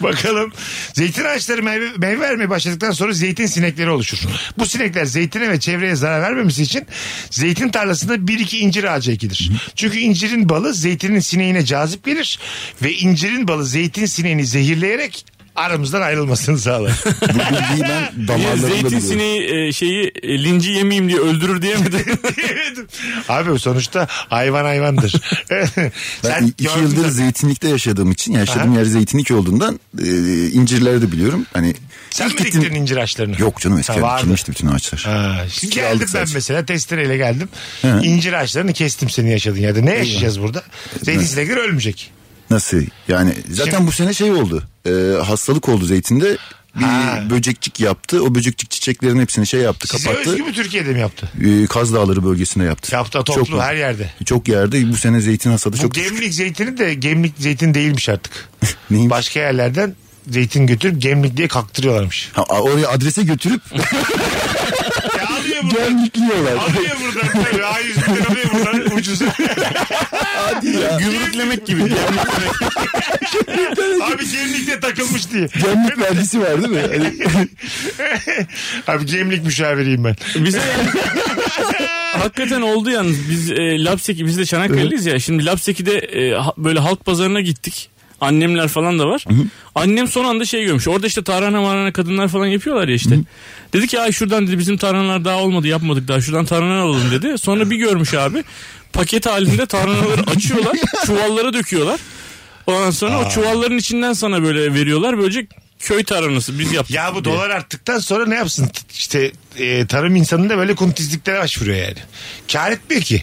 S3: Bakalım. Zeytin ağaçları meyve, meyve vermeye başladıktan sonra zeytin sinekleri oluşur. Bu sinekler zeytine ve çevreye zarar vermemesi için zeytin tarlasında bir iki incir ağacı ekilir. Çünkü incirin balı zeytinin sineğine cazip gelir ve incirin balı zeytin sineğini zehirleyerek aramızdan
S4: <laughs>
S3: ayrılmasını sağlar.
S4: Bu bilgiyi ben
S5: Niye
S4: damarlarımda
S5: Zeytin
S4: biliyorum.
S5: sineği e, şeyi e, linci yemeyeyim diye öldürür diye <laughs> mi? dedin?
S3: Abi sonuçta hayvan hayvandır.
S4: Ben
S3: <laughs> Sen
S4: iki
S3: gördün
S4: yıldır
S3: tabii.
S4: zeytinlikte yaşadığım için yaşadığım yer zeytinlik olduğundan e, incirleri de biliyorum. Hani
S3: Sen mi
S4: ilk gittim-
S3: diktin incir ağaçlarını?
S4: Yok canım eski
S3: Ha, vardı.
S4: dikilmişti bütün ağaçlar.
S3: Ha, şimdi
S4: Kiraladık
S3: geldim ben
S4: sadece.
S3: mesela testereyle geldim. İncir ağaçlarını kestim senin yaşadığın yerde. Ne yaşayacağız burada? Zeytin sinekleri ölmeyecek.
S4: Nasıl? Yani zaten
S3: Şimdi-
S4: bu sene şey oldu. E, hastalık oldu zeytinde. Bir
S3: Ha.
S4: böcekçik yaptı. O böcekçik çiçeklerin hepsini şey yaptı,
S3: Size
S4: kapattı.
S3: özgü mü Türkiye'de mi yaptı?
S4: E, Kaz Dağları bölgesinde yaptı.
S3: Yaptı toplu
S4: Çok-
S3: her yerde.
S4: Çok yerde bu sene zeytin hasadı
S3: Bu
S4: çok
S3: gemlik zeytini de gemlik zeytin değilmiş artık.
S4: Neymiş?
S3: Başka yerlerden zeytin götürüp gemlik
S4: <laughs>
S3: diye kaktırıyorlarmış.
S4: Ha, oraya adrese götürüp <laughs>
S3: Ya alıyor buradan.
S4: gemlikliyorlar.
S3: Alıyor buradan. Tabii. Ay yüz bin lira alıyor buradan ucuz.
S5: Gümrüklemek gibi. Gümrüklemek.
S3: Abi gemlikte takılmış diye.
S4: Gemlik vergisi var değil mi?
S3: <laughs>
S4: Hani-
S3: Abi gemlik müşaviriyim ben. <laughs>
S5: Bize Hakikaten oldu yalnız. Biz e, Lapseki, biz de Çanakkale'liyiz ya. Şimdi Lapseki'de e, ha- böyle halk pazarına gittik. Annemler falan da var. Annem son anda şey görmüş. Orada işte tarhana marhana kadınlar falan yapıyorlar ya işte. Dedi ki ay şuradan dedi bizim tarhanalar daha olmadı yapmadık daha şuradan tarhana alalım dedi. Sonra bir görmüş abi. Paket halinde tarhanaları
S3: <laughs>
S5: açıyorlar. çuvallara döküyorlar. Ondan sonra o çuvalların içinden sana böyle veriyorlar. Böylece köy tarhanası biz yaptık.
S3: Ya bu
S5: diye.
S3: dolar arttıktan sonra ne yapsın? T- İşte e, tarım insanı da böyle kuntizliklere başvuruyor yani. Kar etmiyor ki.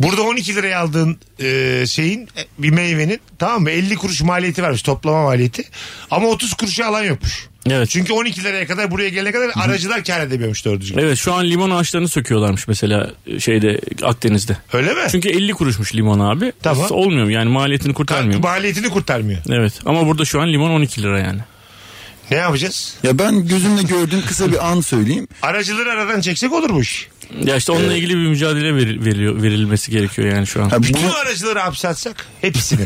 S3: Burada 12 liraya aldığın e, şeyin e, bir meyvenin tamam mı 50 kuruş maliyeti varmış toplama maliyeti. Ama 30 kuruşa alan yokmuş.
S5: Evet.
S3: Çünkü 12 liraya kadar buraya gelene kadar aracılar kar edemiyormuş doğru düzgün.
S5: Evet şu an limon ağaçlarını söküyorlarmış mesela e, şeyde Akdeniz'de.
S3: Öyle mi?
S5: Çünkü 50 kuruşmuş limon abi.
S3: Tamam.
S5: Nasıl Olmuyor yani maliyetini kurtarmıyor.
S3: maliyetini kurtarmıyor.
S5: Evet ama burada şu an limon 12 lira yani.
S3: Ne yapacağız?
S4: ya ben gözümle gördüğüm kısa bir an söyleyeyim.
S3: Aracıları aradan çeksek olur bu iş.
S5: Ya işte onunla ilgili bir mücadele veri- veriliyor, verilmesi gerekiyor yani şu an.
S4: Ha,
S3: Bütün
S4: bunu-
S3: aracıları hapse atsak hepsini.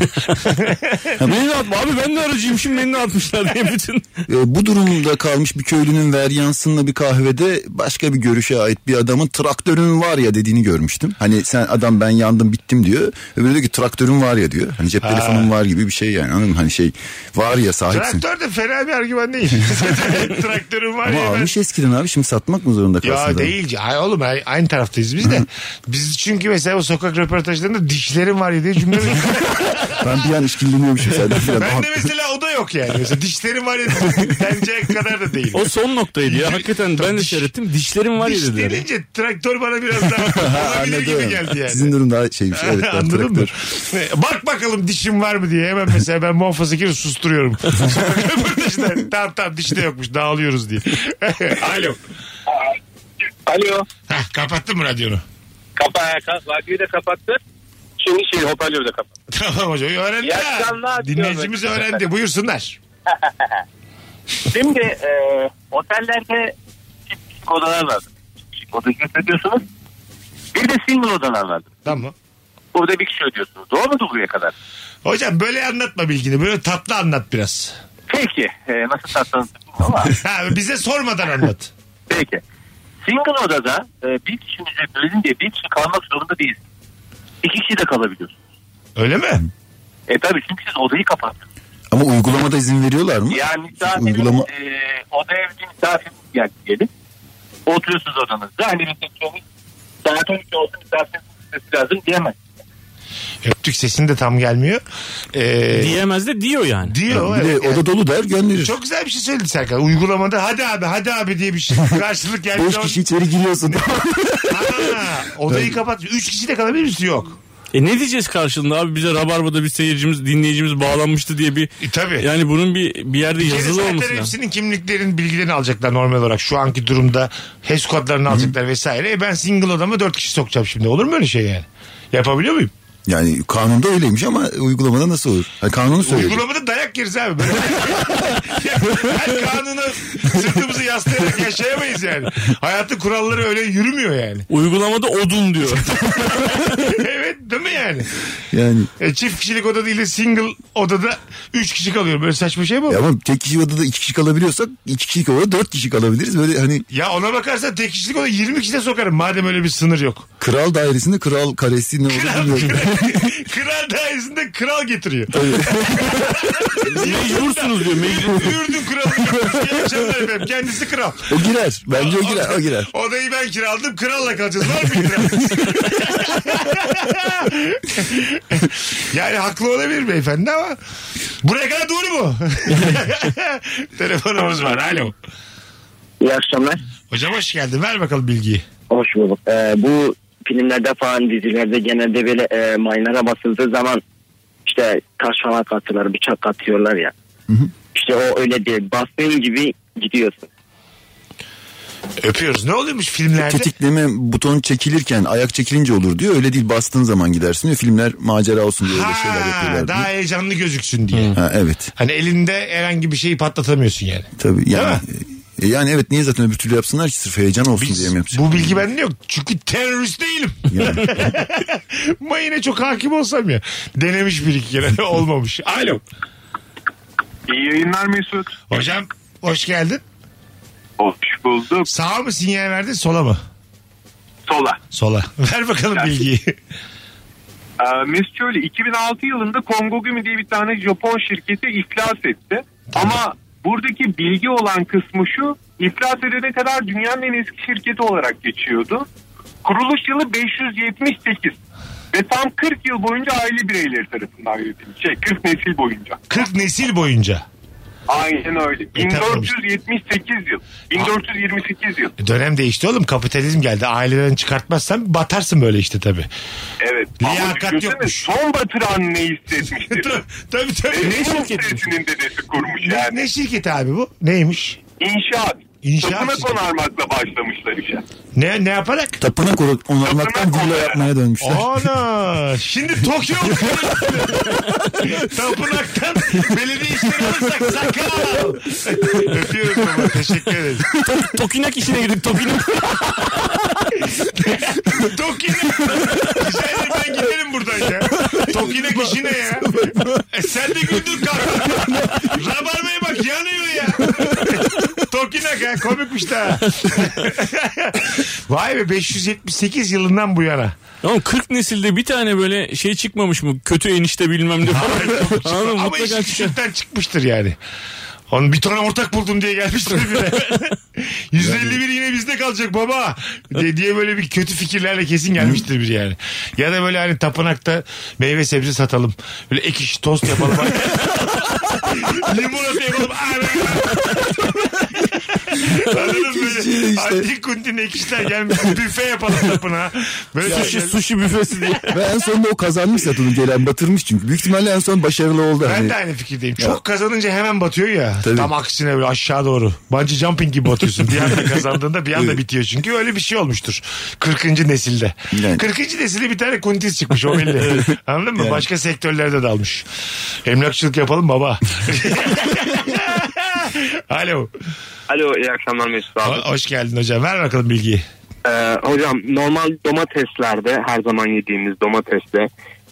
S5: Beni de atma abi ben de aracıyım şimdi beni de atmışlar diye bütün.
S4: E, bu durumda kalmış bir köylünün veryansınla bir kahvede başka bir görüşe ait bir adamın traktörün var ya dediğini görmüştüm. Hani sen adam ben yandım bittim diyor. Öbürü diyor ki traktörün var ya diyor. Hani cep telefonun var gibi bir şey yani anladın mı? Hani şey var ya sahipsin.
S3: Traktör de fena bir argüman değil. Traktörüm var
S4: Ama
S3: ya ben-
S4: almış eskiden abi şimdi satmak mı zorunda kalsın?
S3: Ya
S4: adam?
S3: değil. ki. Ay oğlum ay- aynı taraftayız biz de. Biz çünkü mesela o sokak röportajlarında dişlerim var ya diye cümle
S4: <laughs> Ben bir an işkilleniyormuşum
S3: <laughs>
S4: senden filan.
S3: Ben de mesela o da yok yani. Mesela dişlerim var ya diye- bence kadar da değil.
S5: O son noktaydı ya hakikaten ben de seyrettim dişlerim var ya
S3: Diş
S5: dedi.
S3: denince traktör bana
S4: <laughs>
S3: biraz daha olabilir gibi
S4: Anladım.
S3: geldi yani. <laughs>
S4: Sizin durum daha şeymiş. Evet, ben
S3: Anladın mı?
S4: traktör.
S3: Bak bakalım dişim var mı diye. Hemen mesela ben
S4: <laughs>
S3: muhafazakiri susturuyorum. Sokak röportajında tamam tamam dişte yokmuş dağılıyoruz diye. <laughs> Alo.
S7: Alo.
S3: Hah, kapattın mı radyonu? <laughs>
S7: Kapa, radyoyu da kapattı. Şimdi şey hoparlörü de kapattı.
S3: Tamam hocam öğrendi.
S7: İyi
S3: ha.
S7: akşamlar diyorum.
S3: Dinleyicimiz öğrendi. Buyursunlar.
S7: Şimdi e, otellerde çift kişilik odalar var. Çift kişilik odayı gösteriyorsunuz. Bir de single odalar var.
S3: Tamam.
S7: Burada bir kişi ödüyorsunuz. Doğru mu buraya kadar?
S3: Hocam böyle anlatma bilgini. Böyle tatlı anlat biraz. <laughs>
S7: Peki. E, nasıl tatlanır
S9: <laughs>
S7: ama.
S3: Ha, bize sormadan anlat.
S7: Peki. Single odada e, bir kişinin ücreti ödeyince bir kişi kalmak zorunda değil. İki kişi de kalabiliyorsun.
S3: Öyle mi?
S9: E tabii çünkü siz odayı kapattınız.
S4: Ama uygulamada izin veriyorlar mı?
S9: Yani misafirin
S4: Uygulama-
S9: e, odaya bir misafir geldi diyelim. Oturuyorsunuz odanızda. Hani resepsiyonu saat 12 oldu misafiriniz gitmesi lazım diyemez.
S3: Öptük sesin de tam gelmiyor. Ee,
S5: Diyemez de diyor yani.
S3: diyor.
S4: Bir de
S3: evet.
S4: oda dolu der gönderir.
S3: Çok güzel bir şey söyledi Serkan. Uygulamada hadi abi hadi abi diye
S4: <laughs>
S3: bir şey karşılık geldi.
S4: Boş
S3: <laughs>
S4: kişi içeri giriyorsun.
S3: Ha, odayı kapat. Üç kişi de kalabilir misin? Yok.
S5: E ne diyeceğiz karşılığında abi bize Rabarba'da bir seyircimiz dinleyicimiz bağlanmıştı diye bir
S3: E, tabii.
S5: yani bunun bir bir yerde
S3: Bir kere
S5: yazılı
S3: zaten
S5: olması lazım.
S3: hepsinin kimliklerin bilgilerini alacaklar normal olarak. Şu anki durumda HES kodlarını alacaklar vesaire. E ben single odama dört kişi sokacağım şimdi. Olur mu öyle şey yani? Yapabiliyor muyum?
S4: Yani kanunda öyleymiş ama uygulamada nasıl olur? Yani kanunu söylüyor.
S3: Uygulamada dayak yeriz abi. Böyle... <laughs> Her kanunu sırtımızı yaslayarak yaşayamayız yani. Hayatın kuralları öyle yürümüyor yani. <laughs>
S5: Uygulamada odun diyor.
S3: evet değil mi yani?
S4: Yani
S3: E, çift kişilik oda değil de single odada üç kişi kalıyor. Böyle saçma şey mi?
S4: ya
S3: olur?
S4: ama tek kişi odada iki kişi kalabiliyorsak iki kişilik odada dört kişi kalabiliriz. Böyle hani
S3: Ya ona bakarsan tek kişilik oda 20 kişi de sokarım. Madem öyle bir sınır yok.
S4: kral dairesinde kral karesi ne olur bilmiyorum.
S3: kral dairesinde kral getiriyor. <laughs>
S5: Mecbursunuz diyor. Mecbur.
S3: Ürdün kralı getirmiş. İyi akşamlar efendim. Kendisi kral.
S4: o girer. Bence o girer. O girer.
S3: <laughs> Odayı ben kiraladım. Kralla kalacağız. Var mı kiralımız? <laughs> yani haklı olabilir beyefendi ama buraya kadar
S4: <laughs>
S3: doğru mu? Telefonumuz var. Alo.
S9: İyi akşamlar.
S3: Hocam hoş geldin. Ver bakalım bilgiyi.
S9: Hoş bulduk. Ee, bu filmlerde falan dizilerde genelde böyle e, mayınlara basıldığı zaman işte taş falan katıyorlar, bıçak atıyorlar ya. İşte o öyle değil. Bastığın gibi gidiyorsun.
S3: Öpüyoruz. Ne oluyormuş filmlerde?
S4: Tetikleme buton çekilirken ayak çekilince olur diyor. Öyle değil bastığın zaman gidersin diyor. Filmler macera olsun diye öyle şeyler
S3: Ha,
S4: yapıyorlar.
S3: daha
S4: diyor.
S3: heyecanlı gözüksün diye.
S4: Ha, evet
S3: Hani elinde herhangi bir şeyi patlatamıyorsun yani.
S4: tabii yani.
S3: Değil
S4: E, Yani evet niye zaten öbür türlü yapsınlar ki sırf heyecan olsun diye mi yapacak?
S3: bu bilgi bende yok. Çünkü terörist değilim. <laughs>
S4: Yani.
S3: Mayına çok hakim olsam ya. Denemiş bir iki kere <laughs> olmamış. Alo.
S7: İyi yayınlar Mesut.
S3: Hocam hoş geldin.
S7: Hoş bulduk.
S3: Sağa mı sinyal verdin sola mı?
S7: Sola.
S3: Sola. Ver bakalım bilgiyi. <laughs>
S7: Ee, Mesut şöyle 2006 yılında Kongo Gumi diye bir tane Japon şirketi iflas etti. Ama buradaki bilgi olan kısmı şu iflas edene kadar dünyanın en eski şirketi olarak geçiyordu. Kuruluş yılı 578 ve tam 40 yıl boyunca aile bireyleri tarafından yönetildi. Şey 40 nesil boyunca.
S3: 40 nesil boyunca.
S7: Aynen öyle.
S3: E, tamam.
S7: 1478 yıl. 1428 yıl.
S3: E, Dönem değişti oğlum kapitalizm geldi. Aileden çıkartmazsan batarsın böyle işte tabii.
S7: Evet.
S3: Liyakat
S7: Ama düşünsene
S3: yokmuş.
S7: son batıran ne
S3: <laughs>
S7: hissetmiştir?
S3: <laughs> tabii tabii. tabii.
S7: ne şirketinin dedesi kurmuş
S3: Ne,
S7: yani.
S3: ne şirketi abi bu? Neymiş?
S7: İnşaat.
S3: İnşaat
S7: Tapınak
S3: şirketi.
S7: onarmakla başlamışlar işe.
S3: Ne ne yaparak?
S4: Tapınak olarak onarmaktan
S7: Tapınak
S4: villa
S7: olarak.
S4: yapmaya dönmüşler.
S3: Ana şimdi Tokyo <laughs> Tapınaktan belediye işleri alırsak sakal. Öpüyoruz baba teşekkür ederiz.
S5: Tokinak işine girdik tokinak.
S3: Tokine. Güzel ben giderim buradan ya. Tokine kişine ya. E sen de güldür kalk. Rabarbaya bak yanıyor ya. Tokine ya komikmiş daha. Vay be 578 yılından bu yana.
S5: <laughs> Oğlum 40 nesilde bir tane böyle şey çıkmamış mı? Kötü enişte bilmem ne falan. Anladın mı?
S3: Ama
S5: Mutlaka
S3: iş
S5: çıkar.
S3: küçükten çıkmıştır yani. Onun bir tane ortak buldum diye gelmiştir
S5: <laughs>
S3: bir de. 151 yine bizde kalacak baba diye, diye böyle bir kötü fikirlerle kesin gelmiştir bir yani. Ya da böyle hani tapınakta meyve sebze satalım. Böyle ek iş tost
S5: <laughs>
S3: yapalım. Limonata yapalım.
S5: <laughs>
S3: Anladın mı?
S4: işçiyle
S3: Böyle
S4: işte.
S3: Antik kuntin ek işler gelmiş. Büfe yapalım tapınağa. Böyle
S5: Sushi,
S3: şeyler-
S5: sushi büfesi diye.
S4: <laughs> Ve en sonunda o kazanmış satılım gelen batırmış çünkü. Büyük ihtimalle en son başarılı oldu.
S3: Ben
S4: hani.
S3: de aynı fikirdeyim. Çok kazanınca hemen batıyor ya.
S4: Tabii.
S3: Tam aksine böyle aşağı doğru. Bungee jumping gibi batıyorsun. bir anda kazandığında bir anda bitiyor. Çünkü öyle bir şey olmuştur. 40. nesilde.
S4: Yani.
S3: 40. nesilde bir tane kuntiz çıkmış o belli. Anladın mı? Başka sektörlerde dalmış. Emlakçılık yapalım baba. Alo.
S10: Alo iyi akşamlar Mesut abi.
S3: Ho- Hoş geldin hocam. Ver bakalım bilgiyi.
S10: Ee, hocam normal domateslerde her zaman yediğimiz domateste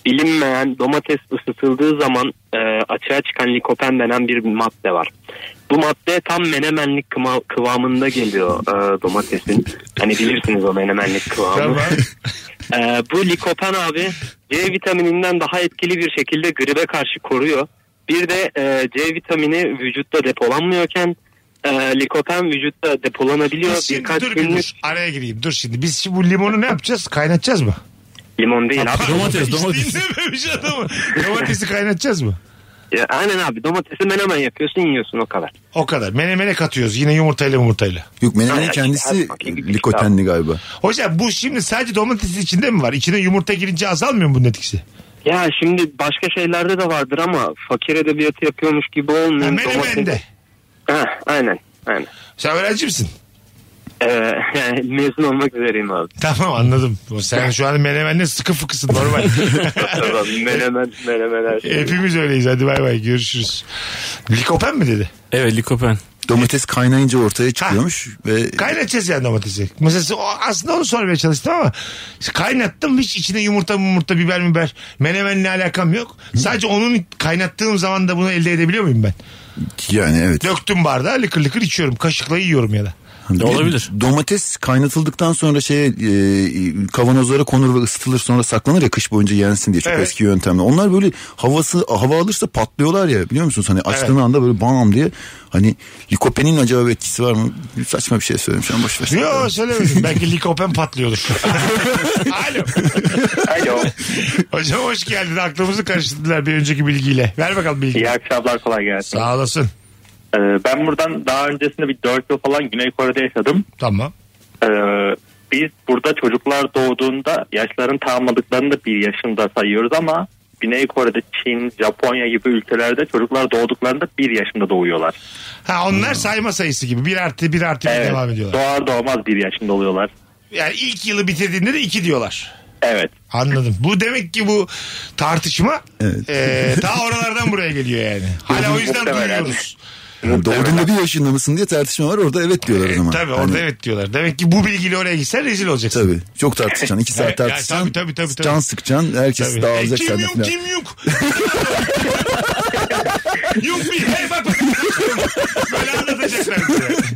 S10: bilinmeyen domates ısıtıldığı zaman e, açığa çıkan likopen denen bir madde var. Bu madde tam menemenlik kıma-
S6: <laughs>
S10: kıvamında geliyor e, domatesin. Hani bilirsiniz o menemenlik kıvamı.
S3: Tamam.
S6: Ee, bu likopen abi C vitamininden daha etkili bir şekilde gribe karşı koruyor. Bir de e, C vitamini vücutta depolanmıyorken e, likopen vücutta depolanabiliyor.
S3: Biz şimdi
S6: Birkaç
S3: dur bir
S6: günlük
S3: dur. Araya gireyim. Dur şimdi. Biz şimdi bu limonu ne yapacağız? Kaynatacağız mı?
S6: limon değil abi.
S5: <laughs> Domates,
S3: Hiç
S5: domates.
S3: dinlememiş adamı. Domatesi kaynatacağız mı?
S6: Ya, aynen abi domatesi menemen yapıyorsun yiyorsun o kadar.
S3: O kadar. Menemene katıyoruz. Yine yumurtayla yumurtayla.
S4: Yok menemenin
S6: Hayır, hayır,
S4: kendisi
S6: hayır.
S4: likotenli galiba.
S3: Hocam bu şimdi sadece domatesin içinde mi var? İçine yumurta girince azalmıyor mu bunun etkisi?
S6: Ya şimdi başka şeylerde de vardır ama fakir edebiyatı yapıyormuş gibi olmuyor.
S3: Menemende.
S6: Ha, aynen aynen.
S3: Sen öğrenci misin?
S6: Ee, <laughs> mezun olmak üzereyim abi.
S3: Tamam anladım. Sen şu an menemenden sıkı fıkısın normal.
S6: menemen menemen her şey.
S3: Hepimiz öyleyiz. Hadi bay bay görüşürüz. Likopen mi dedi?
S5: Evet likopen.
S4: Domates kaynayınca ortaya çıkıyormuş ve
S3: Kaynatacağız yani domatesi. Mesela o- aslında onu sormaya çalıştım ama kaynattım hiç içine yumurta yumurta biber biber menemenle alakam yok. Sadece onun kaynattığım zaman da bunu elde edebiliyor muyum ben?
S4: yani evet.
S3: Döktüm bardağa lıkır lıkır içiyorum. Kaşıkla yiyorum ya da.
S4: Bir-
S5: Olabilir.
S4: Domates kaynatıldıktan sonra şeye e, kavanozlara konur ve ısıtılır sonra saklanır ya kış boyunca yensin diye çok
S3: Evet.
S4: eski yöntemle. Onlar böyle havası hava alırsa patlıyorlar ya biliyor musunuz? Hani açtığın anda böyle bam diye hani likopenin acaba etkisi var mı? Saçma bir şey söylemiş ama boş ver.
S3: Yo söylemedim.
S4: <laughs>
S3: Belki likopen patlıyordur. Alo.
S8: Alo.
S3: Hocam hoş geldin. Aklımızı karıştırdılar bir önceki bilgiyle. Ver bakalım bilgiyi.
S8: İyi akşamlar kolay gelsin.
S3: Sağ olasın.
S8: Ee, ben buradan daha öncesinde bir 4 yıl falan Güney Kore'de yaşadım.
S3: Tamam.
S8: Ee, biz burada çocuklar doğduğunda yaşların tamamladıklarını da bir yaşında sayıyoruz ama Güney Kore'de, Çin, Japonya gibi ülkelerde çocuklar doğduklarında bir yaşında doğuyorlar.
S3: Ha onlar sayma sayısı gibi. Bir artı bir artı bir
S8: Hmm. Evet.
S3: devam ediyorlar.
S8: Doğar doğmaz bir yaşında oluyorlar.
S3: Yani ilk yılı bitirdiğinde de iki diyorlar.
S8: Evet.
S3: Anladım. Bu demek ki bu tartışma
S4: Evet.
S3: eee, ta oralardan buraya geliyor
S8: <laughs>
S3: yani. Hala o yüzden
S8: Muhtemelen.
S3: duyuyoruz.
S4: Yani doğduğunda bir yaşında mısın diye tartışma var orada evet diyorlar o zaman.
S3: E, Tabii orada
S4: Hani-
S3: evet diyorlar. Demek ki bu bilgiyle oraya gitsen rezil olacaksın.
S4: Tabii. Çok tartışacaksın. iki
S3: <laughs> Evet,
S4: saat
S3: yani
S4: tartışacaksın.
S3: tabii, tabii, tabii, tabii.
S4: Can sıkacaksın. Herkes
S3: Tabii.
S4: dağılacak
S3: E, kim
S4: senden
S3: yok
S4: falan.
S3: kim yok. <laughs> yok bir hey bak bak. Böyle anlatacaklar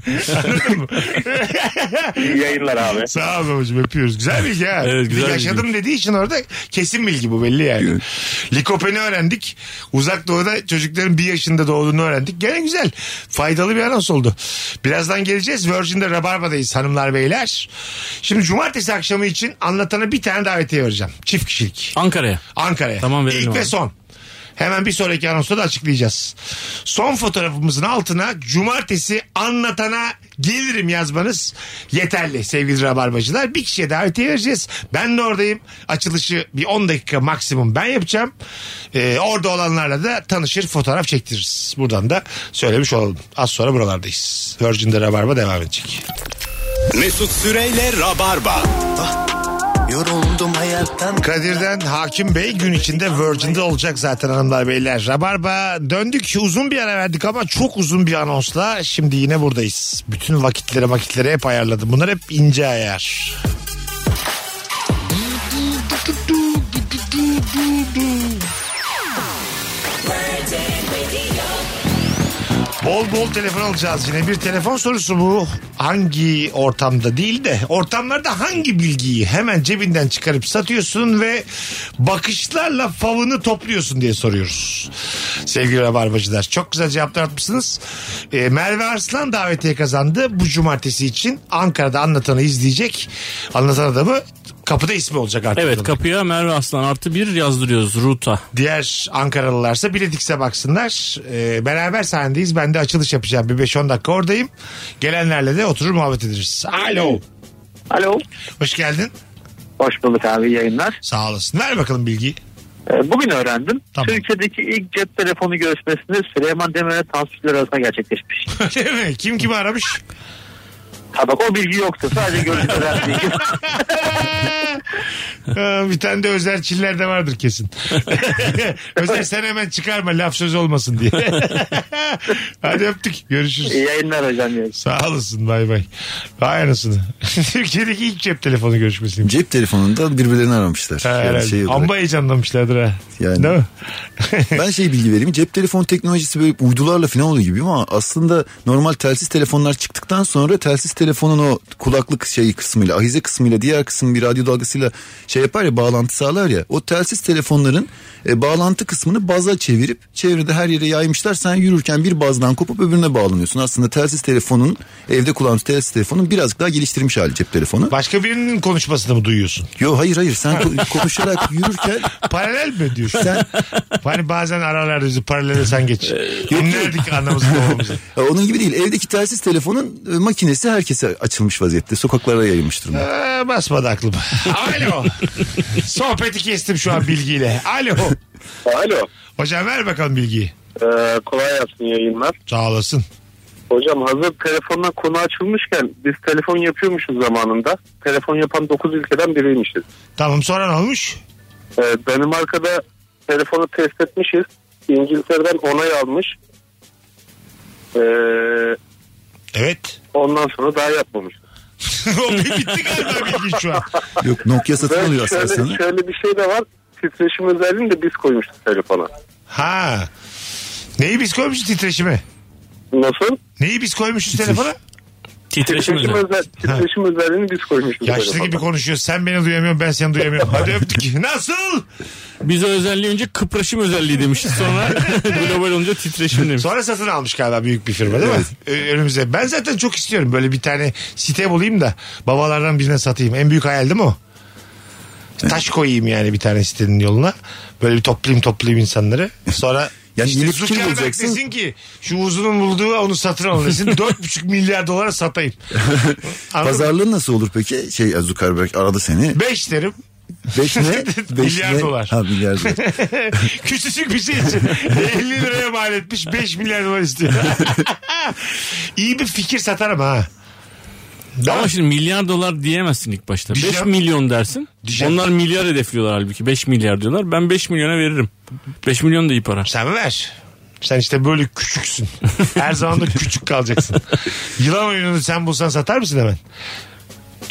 S3: bize. Anladın mı?
S8: İyi yayınlar abi.
S3: Sağ ol babacığım öpüyoruz. Güzel bilgi ha.
S5: Evet, güzel
S3: Bir Yaşadım dediği için orada kesin bilgi bu belli yani.
S4: Evet.
S3: Likopeni öğrendik. Uzak doğuda çocukların bir yaşında doğduğunu öğrendik. Gene güzel. Faydalı bir anons oldu. Birazdan geleceğiz. Virgin'de Rabarba'dayız hanımlar beyler. Şimdi cumartesi akşamı için anlatana bir tane davetiye vereceğim. Çift kişilik.
S5: Ankara'ya.
S3: Ankara'ya.
S5: Tamam, verelim
S3: İlk ve
S5: abi.
S3: son. Hemen bir sonraki anonsta da açıklayacağız. Son fotoğrafımızın altına cumartesi anlatana gelirim yazmanız yeterli sevgili rabarbacılar. Bir kişiye davetiye vereceğiz. Ben de oradayım. Açılışı bir 10 dakika maksimum ben yapacağım. Ee, orada olanlarla da tanışır fotoğraf çektiririz. Buradan da söylemiş olalım. Az sonra buralardayız. Virgin'de Rabarba devam edecek.
S2: Mesut Süreyle Rabarba.
S11: Yoruldum hayattan
S3: Kadir'den Hakim Bey gün içinde Virgin'de olacak zaten hanımlar beyler. Rabarba döndük uzun bir ara verdik ama çok uzun bir anonsla şimdi yine buradayız. Bütün vakitlere vakitlere hep ayarladım. Bunlar hep ince ayar. Bol bol telefon alacağız yine. Bir telefon sorusu bu. Hangi ortamda değil de ortamlarda hangi bilgiyi hemen cebinden çıkarıp satıyorsun ve bakışlarla favını topluyorsun diye soruyoruz. Sevgili Rabarbacılar çok güzel cevaplar atmışsınız. Ee, Merve Arslan davetiye kazandı. Bu cumartesi için Ankara'da anlatanı izleyecek. Anlatan adamı kapıda ismi olacak artık.
S5: Evet
S3: Onun.
S5: kapıya Merve Aslan artı bir yazdırıyoruz ruta.
S3: Diğer Ankaralılarsa Biletix'e baksınlar. Ee, beraber sahnedeyiz. Ben de açılış yapacağım. Bir 5-10 dakika oradayım. Gelenlerle de oturur muhabbet ederiz. Alo.
S9: Alo.
S3: Hoş geldin.
S9: Hoş bulduk abi yayınlar.
S3: Sağ olasın. Ver bakalım bilgiyi. <laughs>
S9: Ee, Bugün öğrendim.
S3: Tamam.
S9: Türkiye'deki ilk cep telefonu görüşmesinde Süleyman Demirel Tansu Çiller arasında gerçekleşmiş.
S3: Öyle mi? Kim kimi aramış?
S9: Ha bak o bilgi yoktu. Sadece görüşmeler bilgi.
S3: Ee, bir tane de özel çiller de vardır kesin. <laughs> özel sen hemen çıkarma laf söz olmasın diye. <laughs> Hadi öptük. Görüşürüz.
S9: İyi yayınlar hocam. ya.
S3: Sağ olasın. Bay bay. Vay anasını. <laughs> Türkiye'deki ilk cep telefonu görüşmesiymiş.
S4: Cep telefonunda birbirlerini aramışlar.
S3: Ha,
S4: Yani
S3: herhalde.
S4: şey olarak.
S3: Amba heyecanlamışlardır ha.
S4: Yani.
S3: Değil mi? <laughs>
S4: Ben şey bilgi vereyim. Cep telefon teknolojisi böyle uydularla falan oluyor gibi ama aslında normal telsiz telefonlar çıktıktan sonra telsiz telefonun o kulaklık şeyi kısmıyla, ahize kısmıyla, diğer kısım bir radyo dalgasıyla şey yapar ya bağlantı sağlar ya. O telsiz telefonların e, bağlantı kısmını baza çevirip çevrede her yere yaymışlar. Sen yürürken bir bazdan kopup öbürüne bağlanıyorsun. Aslında telsiz telefonun evde kullandığın telsiz telefonun birazcık daha geliştirilmiş hali cep telefonu.
S3: Başka birinin konuşmasını mı duyuyorsun?
S4: Yo hayır hayır sen ko- konuşarak yürürken
S3: Paralel mi diyorsun?
S4: sen
S3: Hani bazen ararlar bizi paralele sen geç. Dinlerdik anamızı babamızı.
S4: Ya Onun gibi değil. Evdeki telsiz telefonun e, makinesi herkese açılmış vaziyette. Sokaklara yayılmış
S3: <laughs>
S4: durumda.
S3: Ee, basmadı aklım. Alo. Sohbeti kestim şu an bilgiyle. Alo.
S7: Alo.
S3: Hocam ver bakalım bilgiyi.
S7: Ee, kolay gelsin yayınlar.
S3: Sağ olasın.
S7: <laughs> Hocam hazır telefonla konu açılmışken biz telefon yapıyormuşuz zamanında. Telefon yapan 9 ülkeden biriymişiz.
S3: Tamam sonra ne olmuş?
S7: Ee, Danimarka'da telefonu test etmişiz. İngiltere'den onay almış. Ee,
S3: Evet. <laughs>
S7: ondan sonra daha yapmamış.
S3: o bir bitti galiba bilgi şu an.
S4: Yok Nokia satın
S7: Ve
S4: alıyor
S7: şöyle,
S4: aslında.
S7: şöyle bir şey de var. Titreşim özelliğini de biz koymuştuk telefona.
S3: Ha. Neyi biz koymuşuz titreşime?
S7: Nasıl?
S3: Neyi biz koymuşuz telefona?
S5: Titreşim özel.
S7: özel, titreşim özelliğini biz koymuştuk
S3: Yaşlı
S7: telefona.
S3: gibi konuşuyor. Sen beni duyamıyorsun ben seni duyamıyorum. Hadi öptük. Nasıl?
S5: Biz o özelliği önce kıpraşım özelliği demişiz. Sonra global olunca titreşim demiş.
S3: Sonra satın almış galiba büyük bir firma değil mi? Ö- Önümüze. Ben zaten çok istiyorum böyle bir tane site bulayım da babalardan birine satayım. En büyük hayal değil mi o? Taş koyayım yani bir tane sitenin yoluna. Böyle bir toplayayım toplayayım insanları. Sonra
S4: Yani
S3: işte
S4: yeni fikir
S3: Zuckerberg
S4: bulacaksın.
S3: desin ki şu uzunun bulduğu onu satın alın desin. 4,5 milyar dolara satayım.
S4: Pazarlığı nasıl olur peki? Şey Zuckerberg aradı
S3: <laughs>
S4: seni.
S3: 5 derim.
S4: Beş ne? Beş
S3: Milyar
S4: ne?
S3: dolar.
S4: Ha milyar dolar.
S3: <laughs> Küçücük bir şey için 50 liraya mal etmiş 5 milyar dolar istiyor. <laughs> İyi bir fikir satarım ha.
S5: Ama şimdi milyar dolar diyemezsin ilk başta. 5
S3: Diyeceğim.
S5: milyon dersin.
S3: Diyeceğim.
S5: Onlar milyar hedefliyorlar halbuki. 5 milyar diyorlar. Ben 5 milyona veririm. 5 milyon da iyi para.
S3: Sen ver. Sen işte böyle küçüksün. Her zaman da küçük kalacaksın. Yılan oyununu sen bulsan satar mısın hemen?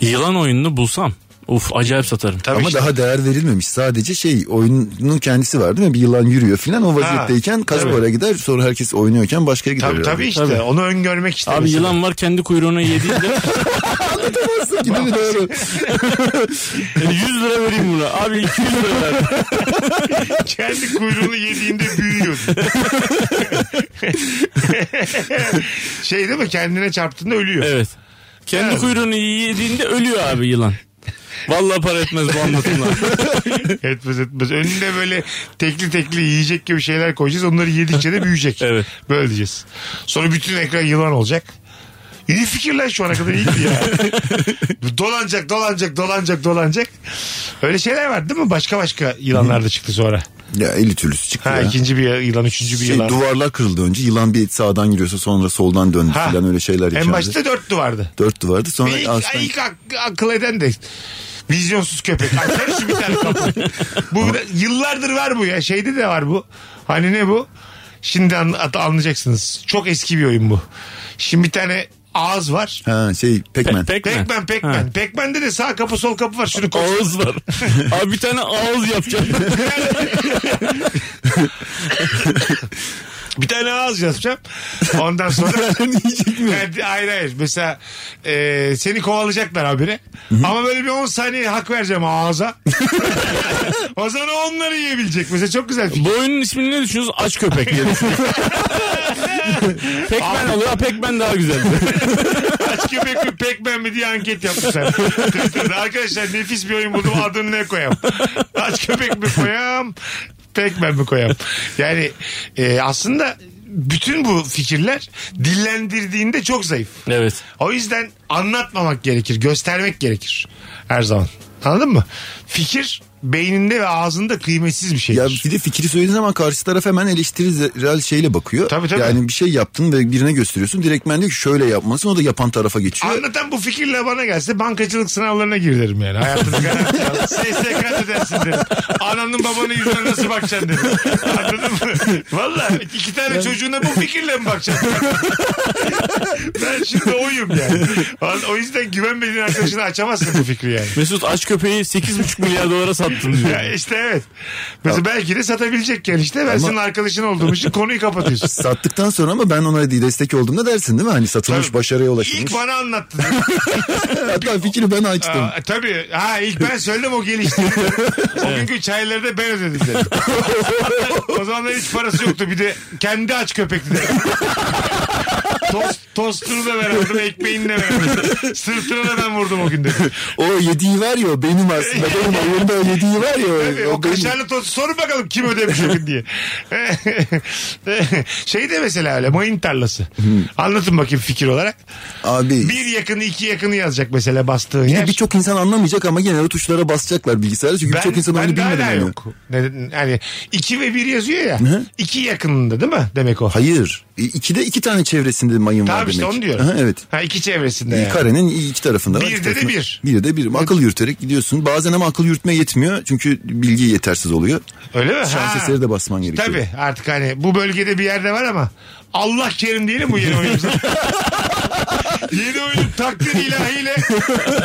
S5: Yılan oyununu bulsam. Uf acayip satarım.
S3: Tabii
S4: Ama
S3: işte.
S4: daha değer verilmemiş. Sadece şey oyunun kendisi var değil mi? Bir yılan yürüyor filan o vaziyetteyken Kaspar'a gider. Sonra herkes oynuyorken başkaya gider.
S3: Tabii
S4: herhalde.
S3: tabii işte.
S5: Tabii.
S3: Onu öngörmek işte.
S5: Abi
S3: mesela.
S5: yılan var kendi kuyruğuna yediğinde
S4: Anlatamazsın gibi bir doğru.
S5: 100 lira vereyim buna. Abi 200 lira ver.
S3: <laughs> Kendi kuyruğunu yediğinde
S5: <laughs>
S3: büyüyor. <laughs> şey değil mi? Kendine çarptığında ölüyor.
S5: Evet. Kendi
S3: Evet.
S5: kuyruğunu yediğinde ölüyor abi yılan. Vallahi para etmez bu <laughs> anlatımlar.
S3: Etmez etmez. Önünde böyle tekli tekli yiyecek gibi şeyler koyacağız. Onları yedikçe
S4: <laughs>
S3: de büyüyecek.
S5: Evet.
S3: Böyle diyeceğiz. Sonra bütün ekran yılan olacak. E İyi fikirler şu ana kadar iyiydi ya. <laughs> dolanacak, dolanacak, dolanacak, dolanacak. Öyle şeyler var değil mi? Başka başka yılanlar da çıktı sonra.
S4: ya 50 türlüsü çıktı
S3: Ha
S4: ya.
S3: ikinci bir yılan, üçüncü bir
S4: Şey,
S3: yılan.
S4: duvarlar kırıldı önce. Yılan bir sağdan giriyorsa sonra soldan döndü
S3: Ha.
S4: filan öyle şeyler yaşandı.
S3: en başta dört duvardı.
S4: Dört duvardı sonra
S3: Ve ilk,
S4: aslan-
S3: ilk ak- akıl eden de vizyonsuz köpek. Açar şu bir tane kapı. bu bir de- yıllardır var bu ya. Şeyde de var bu. Hani ne bu? Şimdi an, at- anlayacaksınız. Çok eski bir oyun bu. Şimdi bir tane ağız var.
S4: Ha şey pekmen.
S5: Pekme.
S3: Pekmen pekmen. Pekmende de sağ kapı sol kapı var. Şunu koy.
S5: Ağız var. Abi bir tane ağız yapacağım.
S3: Bir tane ağız yazacağım. Ondan sonra Yani, hayır hayır. Mesela e, seni kovalayacaklar habire. Ama böyle bir 10 saniye hak vereceğim ağza. <laughs> o zaman onları yiyebilecek. Mesela çok güzel fikir.
S5: Bu oyunun ismini ne düşünüyorsunuz? Aç köpek diye
S3: <laughs>
S5: düşünüyorum. Pekmen oluyor. Pekmen daha güzel.
S3: Aç köpek mi pekmen mi diye anket yapmışlar. Twitter'da. Arkadaşlar nefis bir oyun buldum. Adını ne koyayım? Aç köpek mi koyayım? Pekmen mi koyayım? Yani e, aslında bütün bu fikirler dillendirdiğinde çok zayıf.
S5: Evet.
S3: O yüzden anlatmamak gerekir, göstermek gerekir her zaman. Anladın mı? Fikir beyninde ve ağzında kıymetsiz bir
S4: Ya
S3: şeydir.
S4: bir de fikri söylediğin zaman karşı taraf hemen eleştirel şeyle bakıyor.
S3: Tabii, tabii.
S4: Yani bir şey yaptın ve birine gösteriyorsun. Direktmen diyor ki şöyle yapmasın o da yapan tarafa geçiyor.
S3: Anlatan bu fikirle bana gelse bankacılık sınavlarına gir derim yani. Hayatını garanti
S4: <laughs>
S3: al. SSK ödersin derim. Ananın babanın yüzüne nasıl bakacaksın derim. Anladın mı? Valla iki tane çocuğuna bu fikirle mi bakacaksın? ben şimdi oyum yani. O- O yüzden güvenmediğin arkadaşına açamazsın bu fikri yani.
S5: Mesut aç köpeği 8,5 milyar dolara sattı. sattın diyor.
S3: Ya işte evet. Mesela belki de satabilecekken işte ben senin arkadaşın olduğum için konuyu kapatıyorsun.
S4: Sattıktan sonra ama ben ona değil destek olduğumda dersin değil mi? Hani satılmış
S3: Tabii.
S4: başarıya <laughs> ulaşılmış.
S3: İlk bana anlattın.
S4: Hatta fikri ben açtım.
S3: Aa, tabii. Ha ilk ben söyledim o gelişti. o günkü çayları da ben ödedim dedim. o zamanlar hiç parası yoktu. Bir de kendi aç köpekti dedim. Tost, tostunu da verdim, ekmeğini de verdim. Sırtına da ben vurdum o gün dedim.
S4: O yediği var ya o benim
S3: <laughs>
S4: aslında. benim evimde o yediği var ya. o-
S3: Tabii,
S4: o
S3: o
S4: benim.
S3: kaşarlı tostu sorun bakalım kim ödemiş o gün diye. <laughs> şey de mesela öyle mayın tarlası. Anlatın bakayım fikir olarak.
S4: Hmm. Abi
S3: Bir yakını iki yakını yazacak mesela bastığın
S4: bir de
S3: yer.
S4: birçok insan anlamayacak ama gene o tuşlara basacaklar bilgisayarda. Çünkü birçok insan onu
S3: ben de
S4: bilmedi.
S3: hala
S4: yani.
S3: yok. Neden- Yani iki ve bir yazıyor ya.
S4: Hı.
S3: İki yakınında değil mi demek o?
S4: Hayır. E, İkide iki tane çevresinde mayın var
S3: Tamam
S4: demek.
S3: işte onu diyorum.
S4: Aha, evet.
S3: Ha, iki çevresinde
S4: Yani.
S3: yani.
S4: Karenin iki tarafında var.
S3: Bir
S4: iki
S3: de de
S4: tarafında.
S3: bir.
S4: Bir de bir. Akıl yürüterek gidiyorsun. Bazen ama akıl yürütme yetmiyor. Çünkü bilgi yetersiz oluyor.
S3: Öyle mi?
S4: Şans
S3: Ha.
S4: eseri de basman gerekiyor.
S3: Tabii artık hani bu bölgede bir yerde var ama Allah kerim diyelim bu yeni oyuncu. yeni oyunun takdir ilahiyle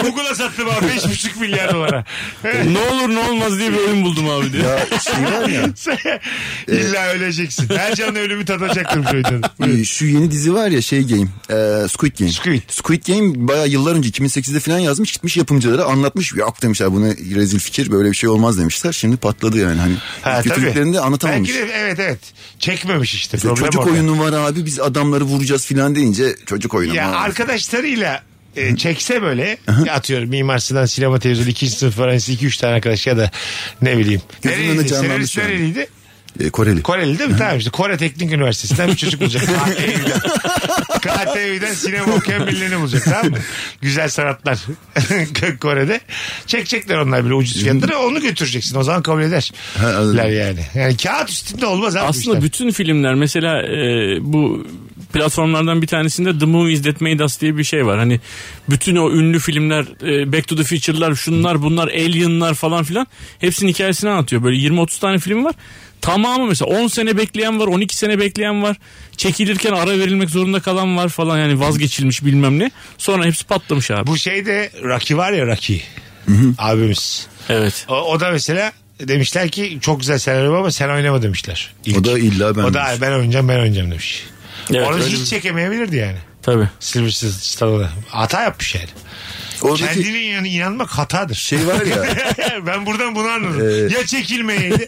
S3: Google'a sattım abi 5,5 milyar dolara.
S5: ne olur ne olmaz diye bir oyun buldum abi diyor.
S4: Ya şey var
S3: <laughs>
S4: ya.
S3: İlla öleceksin. Her canlı ölümü tadacaktım şu oyunun. Buyurun.
S4: e, şu yeni dizi var ya şey game. e, Squid Game.
S3: Squid.
S4: Squid Game bayağı yıllar önce 2008'de falan yazmış. Gitmiş yapımcılara anlatmış. Yok demişler bunu rezil fikir böyle bir şey olmaz demişler. Şimdi patladı yani. Hani
S3: Ha,
S4: kötülüklerini de anlatamamış.
S3: Belki de evet evet. Çekmemiş işte.
S4: Mesela
S3: Problem
S4: çocuk
S3: orada.
S4: oyunu var abi biz adamları vuracağız filan deyince çocuk oyunu.
S3: Ya
S4: maalesef.
S3: arkadaşlarıyla e, çekse böyle ya atıyorum Mimar Sinan Sinema Televizyon 2. sınıf öğrencisi 2-3 tane arkadaş ya da ne bileyim.
S4: Gözümün önünde
S3: Nereliydi?
S4: canlandı
S3: Senarist
S4: şu an.
S3: nereliydi?
S4: E, Koreli.
S3: Koreli değil mi? Tamam işte Kore Teknik Üniversitesi'nden bir
S4: <laughs>
S3: çocuk bulacak. KTV'den. KTV'den sinema okuyan birilerini bulacak tamam mı? Güzel sanatlar <laughs> Kore'de. Çekecekler onlar bile ucuz fiyatları. Onu götüreceksin. O zaman kabul eder.
S4: Ha, anladım.
S3: ler yani. Yani kağıt üstünde olmaz abi. bu
S5: Aslında
S3: işler.
S5: bütün filmler mesela e, bu platformlardan bir tanesinde The Movies That Made Us diye bir şey var. Hani bütün o ünlü filmler e, Back to the Future'lar şunlar bunlar Alien'lar falan filan hepsinin hikayesini anlatıyor. Böyle 20-30 tane film var. Tamamı mesela 10 sene bekleyen var 12 sene bekleyen var. Çekilirken ara verilmek zorunda kalan var falan yani vazgeçilmiş bilmem ne. Sonra hepsi patlamış abi.
S3: Bu şeyde Rocky var ya Rocky. Abimiz.
S5: Evet.
S3: O, o da mesela demişler ki çok güzel senaryo ama sen oynama demişler. İlk.
S4: O da illa ben
S3: O da
S4: demiş.
S3: "Ay, ben oynayacağım ben oynayacağım demiş.
S5: Evet,
S3: Orada
S5: öyle
S3: hiç
S5: bir-
S3: çekemeyebilirdi yani.
S5: Tabii.
S3: Sylvester Stallone'a. Hata yapmış yani.
S4: Oradaki
S3: Kendine inan- inanmak hatadır.
S4: şey var ya
S3: <laughs> ben buradan bunu anladım. ya çekilmeyeydi.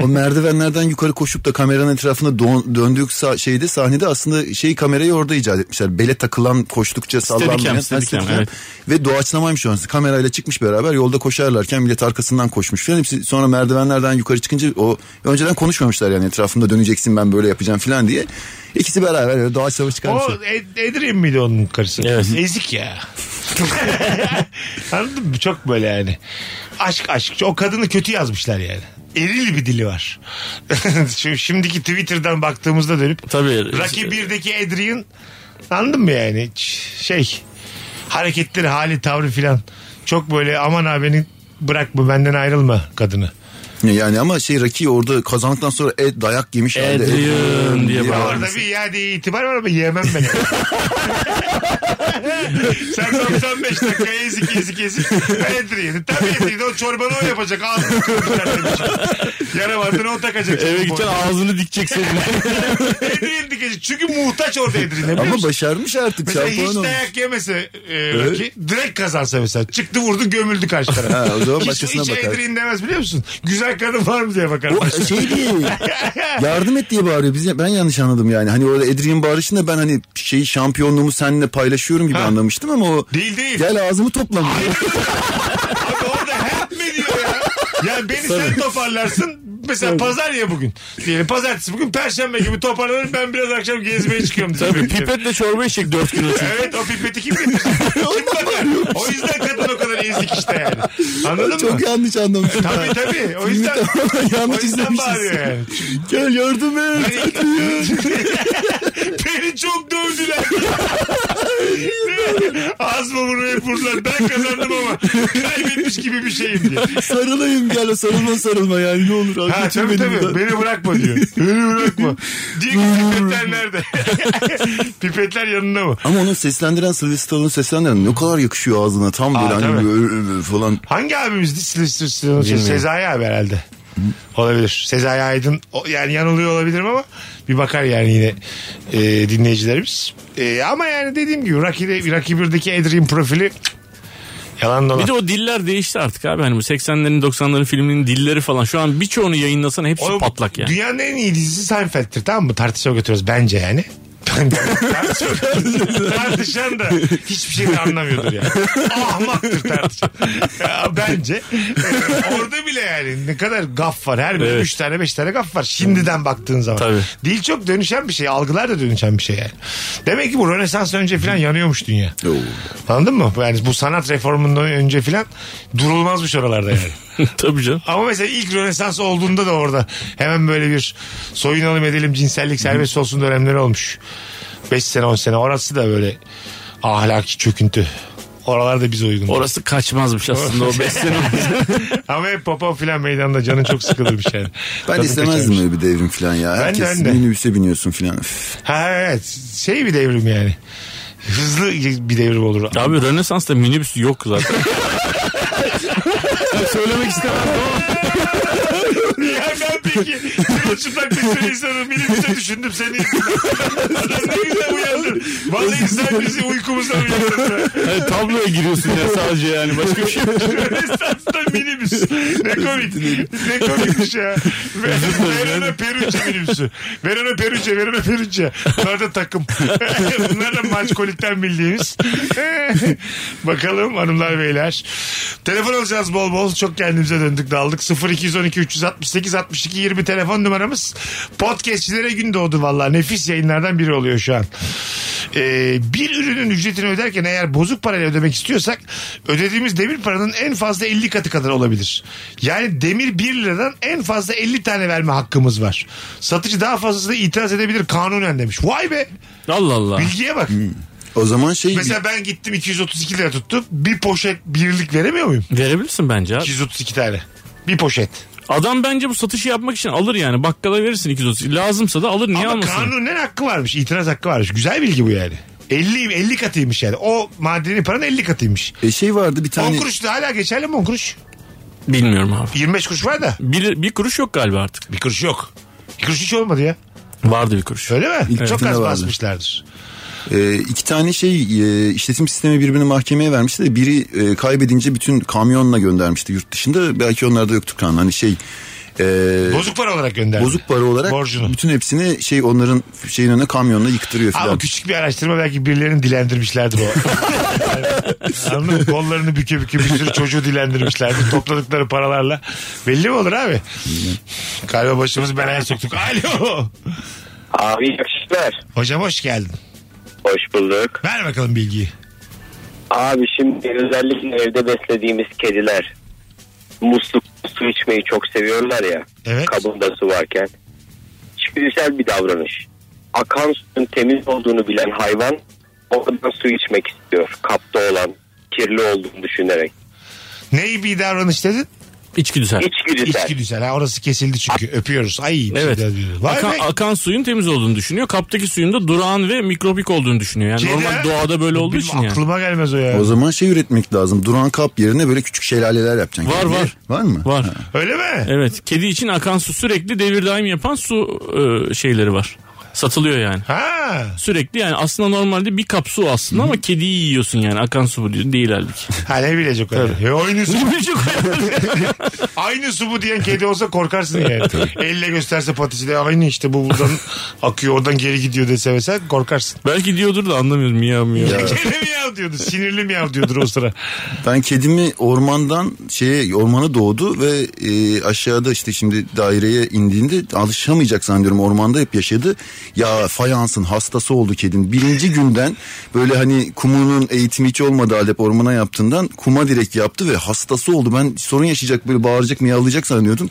S4: o merdivenlerden yukarı koşup da kameranın etrafında don- döndüğük sa- şeyde sahnede aslında şey kamerayı orada icat etmişler. Bele takılan koştukça sallanmayan. Ha,
S5: steadicam,
S4: steadicam.
S5: evet.
S4: Ve doğaçlamaymış o. Kamerayla çıkmış beraber yolda koşarlarken millet arkasından koşmuş falan. Hepsi sonra merdivenlerden yukarı çıkınca o önceden konuşmamışlar yani etrafımda döneceksin ben böyle yapacağım falan diye. İkisi beraber öyle doğaçlama
S3: o
S4: çıkarmışlar.
S3: Ed- Adrian miydi onun karısı?
S5: Evet.
S3: Ezik ya. <laughs> Anladın mı? Çok böyle yani. Aşk aşk. O kadını kötü yazmışlar yani. Eril bir dili var. <laughs> Şu, şimdiki Twitter'dan baktığımızda dönüp
S5: Tabii.
S3: Rocky 1'deki Adrian anladın mı yani Ç- şey hareketleri hali tavrı filan çok böyle aman abi beni bırakma benden ayrılma kadını.
S4: Yani ama şey Rocky orada kazandıktan sonra e, dayak yemiş. halde.
S5: Adrian diye
S4: Ya
S5: bağırıyor.
S3: Orada bir iadeye itibar var ama yemem
S4: <laughs>
S3: beni. Sen 95 dakika ezik ezik ezik. Ben Adrian'ı. Tabii Adrian'ı o çorbanı o yapacak. Ağzını kırmışlar demiş. Yara bandını o takacak.
S5: Eve gideceksin ağzını <laughs> dikeceksin.
S3: Adrian dikecek. Çünkü muhtaç orada Adrian'e. biliyor
S4: Ama
S3: musun?
S4: başarmış artık.
S3: Mesela
S4: şampiyon
S3: hiç
S4: olmuş.
S3: dayak yemese e, Rocky, direkt kazansa mesela. Çıktı vurdu gömüldü karşı tarafa.
S4: Ha, o zaman
S3: hiç,
S4: başkasına
S3: hiç
S4: bakar.
S3: Adrian demez biliyor musun? Güzel kadın var mı diye bakar.
S4: <laughs>
S3: <laughs>
S4: O şey değil. yardım et diye bağırıyor. Biz, ben yanlış anladım yani. Hani orada Adrian bağırışında ben hani şeyi şampiyonluğumu seninle paylaşıyorum gibi
S3: Ha.
S4: anlamıştım ama o
S3: Değil değil.
S4: gel ağzımı topla.
S3: Abi orada help mi diyor ya? Ya beni sen toparlarsın. Mesela pazar ya bugün. Diyelim pazartesi bugün perşembe gibi toparlanır ben biraz akşam gezmeye çıkıyorum. diye.
S5: Tabii pipetle çorba içecek 4 kilo.
S3: Evet o pipeti kim
S4: <laughs>
S3: bilir? kim bakar? O yüzden kadın o kadar ezik işte yani. Anladın mı?
S4: Çok yanlış anlamışım.
S3: Tabii tabii. O yüzden,
S4: Yanlış
S3: o yüzden
S4: izlemişiz.
S3: bağırıyor yani.
S4: gel yardım et.
S3: <laughs> Beni
S4: <laughs>
S3: çok dövdüler. Az mı bunu hep vurdular. Ben kazandım ama kaybetmiş gibi bir şeyim diye.
S4: Sarılayım gel sarılma sarılma yani ne olur. abi,
S3: Ha
S4: götür
S3: tabii
S4: beni
S3: tabii.
S4: buradan.
S3: Beni bırakma <laughs> diyor. Beni bırakma. Diyor ki pipetler nerede? <laughs> pipetler yanında mı?
S4: Ama onun seslendiren Sylvester Stallone'un seslendiren ne kadar yakışıyor ağzına tam böyle
S3: Aa,
S4: hani
S3: tabii.
S4: ö- ö- falan.
S3: Hangi abimizdi? Sylvester Stallone?
S5: Bilmiyorum.
S3: Sezai abi herhalde. Olabilir. Sezai Aydın o- yani yanılıyor olabilirim ama bir bakar yani yine e, dinleyicilerimiz. E, ama yani dediğim gibi Rocky, Rocky 1'deki Adrian profili cık, yalan dolan.
S5: Bir de o diller değişti artık abi. Hani bu 80'lerin 90'ların filminin dilleri falan. Şu an birçoğunu yayınlasan hepsi
S3: Oğlum,
S5: patlak yani.
S3: Dünyanın en iyi dizisi Seinfeld'tir tamam mı? Tartışa götürüyoruz bence yani. <laughs> Tartışan- tartışan da hiçbir şey de anlamıyordur yani. Ahmaktır tartışan. Ya bence. Ee, orada bile yani ne kadar gaf var. Her bölüm
S5: Evet.
S3: 3 tane 5 tane gaf var. Şimdiden baktığın zaman.
S5: Tabii.
S3: Dil çok dönüşen bir şey. Algılar da dönüşen bir şey yani. Demek ki bu Rönesans önce falan yanıyormuş dünya. Anladın mı? Yani bu sanat reformundan önce falan durulmazmış oralarda yani.
S5: <laughs> Tabii canım.
S3: Ama mesela ilk Rönesans olduğunda da orada hemen böyle bir soyunalım edelim cinsellik serbest olsun dönemleri olmuş. 5 sene 10 sene orası da böyle ahlaki çöküntü. Oralarda biz uygun.
S5: Orası kaçmazmış aslında <laughs> o beslenen.
S3: Ama hep popo filan meydanda canın çok sıkılırmış
S4: <laughs>
S3: yani.
S4: Ben de
S3: Tadı
S4: istemezdim
S3: kaçarmış.
S4: öyle bir devrim falan ya.
S3: de,
S4: Herkes
S3: ben de.
S4: minibüse biniyorsun falan. Üf.
S3: Ha evet şey bir devrim yani. Hızlı bir devrim olur.
S5: abi Rönesans'ta minibüs yok <laughs> zaten. Söylemek istemem.
S3: <laughs> ya ben peki kılıçımdan bir süre insanım. Minibüse düşündüm seni. <laughs> Adam ne güzel uyandın. Vallahi sen bizi uykumuzdan uyandın. be.
S5: Hani tabloya giriyorsun ya sadece yani başka bir şey. yok.
S3: <laughs> Esasında minibüs. Ne komik. Ne
S5: <laughs>
S3: komikmiş ya. Verona Peruce minibüsü. Verona Peruce, Verona Peruce. Bunlar da takım. <laughs> Bunlar da maç kolikten bildiğimiz. <laughs> Bakalım hanımlar beyler. Telefon alacağız bol bol. Çok kendimize döndük daldık. 0212 368 62 20 telefon numaramız. Podcastçilere gün doğdu valla. Nefis yayınlardan biri oluyor şu an. Ee, bir ürünün ücretini öderken eğer bozuk parayla ödemek istiyorsak ödediğimiz demir paranın en fazla 50 katı kadar olabilir. Yani demir 1 liradan en fazla 50 tane verme hakkımız var. Satıcı daha fazlasına itiraz edebilir kanunen demiş. Vay be
S5: Allah Allah.
S3: bilgiye bak.
S4: O zaman şey
S3: Mesela ben gittim 232 lira tuttum. Bir poşet birlik veremiyor muyum?
S5: Verebilirsin bence abi.
S3: 232 tane. Bir poşet.
S5: Adam bence bu satışı yapmak için alır yani. Bakkala verirsin 230. Lazımsa da alır niye
S3: Ama
S5: almasın?
S3: kanunen hakkı varmış. itiraz hakkı varmış. Güzel bilgi bu yani. 50, 50 katıymış yani. O madeni paranın 50 katıymış.
S4: e, şey vardı bir
S3: 10
S4: tane
S3: kuruş da hala geçerli mi 10 kuruş?
S5: Bilmiyorum abi.
S3: 25 kuruş var da.
S5: Bir, bir kuruş yok galiba artık.
S3: Bir kuruş yok. Bir kuruş hiç olmadı ya.
S5: Vardı bir kuruş.
S3: Öyle mi?
S4: İlk
S3: Çok
S4: kitinde
S3: az
S4: vardı.
S3: basmışlardır.
S4: e, iki tane şey e, işletim sistemi birbirini mahkemeye vermişti de biri e, kaybedince bütün kamyonla göndermişti yurt dışında belki onlarda yoktur kan hani şey e,
S3: Bozuk para olarak gönderdi.
S4: bozuk para olarak
S3: Borcunu.
S4: bütün hepsini şey onların şeyin önüne kamyonla yıktırıyor
S3: Ama
S4: filan.
S3: küçük bir araştırma belki birilerini
S4: <laughs>
S3: dilendirmişlerdir o. Anladın mı? Kollarını büke büke bir sürü çocuğu dilendirmişlerdir. Topladıkları paralarla. Belli mi olur abi? Kalbe başımızı belaya soktuk. Alo.
S7: Abi yakışıklar.
S3: Hocam hoş geldin.
S7: Hoş bulduk.
S3: Ver bakalım bilgiyi.
S7: Abi şimdi özellikle evde beslediğimiz kediler musluk su içmeyi çok seviyorlar ya.
S3: Evet.
S7: Kabında su varken. Güzel bir davranış. Akan suyun temiz olduğunu bilen hayvan oradan su içmek istiyor. Kapta olan kirli olduğunu düşünerek.
S3: Neyi bir davranış dedin?
S5: İçgüdüsel.
S7: İçgüdüsel.
S3: İçgüdüsel. Ha, orası kesildi çünkü. Öpüyoruz. Ay.
S5: Evet.
S3: içgüdüsel. Vay
S5: şey akan,
S3: be.
S5: akan suyun temiz olduğunu düşünüyor. Kaptaki suyun da durağan ve mikropik olduğunu düşünüyor. Yani
S3: Kedi ha?
S5: normal doğada böyle olduğu
S3: şey Benim
S5: için yani.
S3: Aklıma gelmez o ya.
S4: O zaman şey üretmek lazım. Duran kap yerine böyle küçük şelaleler yapacaksın.
S5: Var,
S4: Kendine.
S5: var.
S4: Var mı?
S5: Var.
S3: Öyle mi?
S5: Evet. Kedi için akan su sürekli devir daim yapan su e, şeyleri var. Satılıyor yani.
S3: Ha.
S5: Sürekli yani aslında normalde bir kap su aslında ama kediyi yiyorsun yani akan su bu diyor- değil
S3: <laughs>
S5: halbuki.
S3: Ha ne bilecek öyle. E, aynı
S5: <laughs>
S3: su.
S5: Bu bir çok
S3: aynı su bu diyen kedi olsa korkarsın yani. Elle gösterse patisi de aynı işte bu buradan akıyor oradan geri gidiyor dese mesela korkarsın.
S5: Belki diyordur da anlamıyorum miyav miyav.
S3: <laughs> Kedi miyav diyordu. Sinirli miyav diyordur o sıra.
S4: Ben kedimi ormandan şeye ormana doğdu ve e, aşağıda işte şimdi daireye indiğinde alışamayacak zannediyorum ormanda hep yaşadı. Ya fayansın hastası oldu kedin. Birinci günden böyle hani kumunun eğitimi hiç olmadığı halde hep ormana yaptığından kuma direkt yaptı ve hastası oldu. Ben sorun yaşayacak böyle bağıracak miyavlayacak zannediyordum.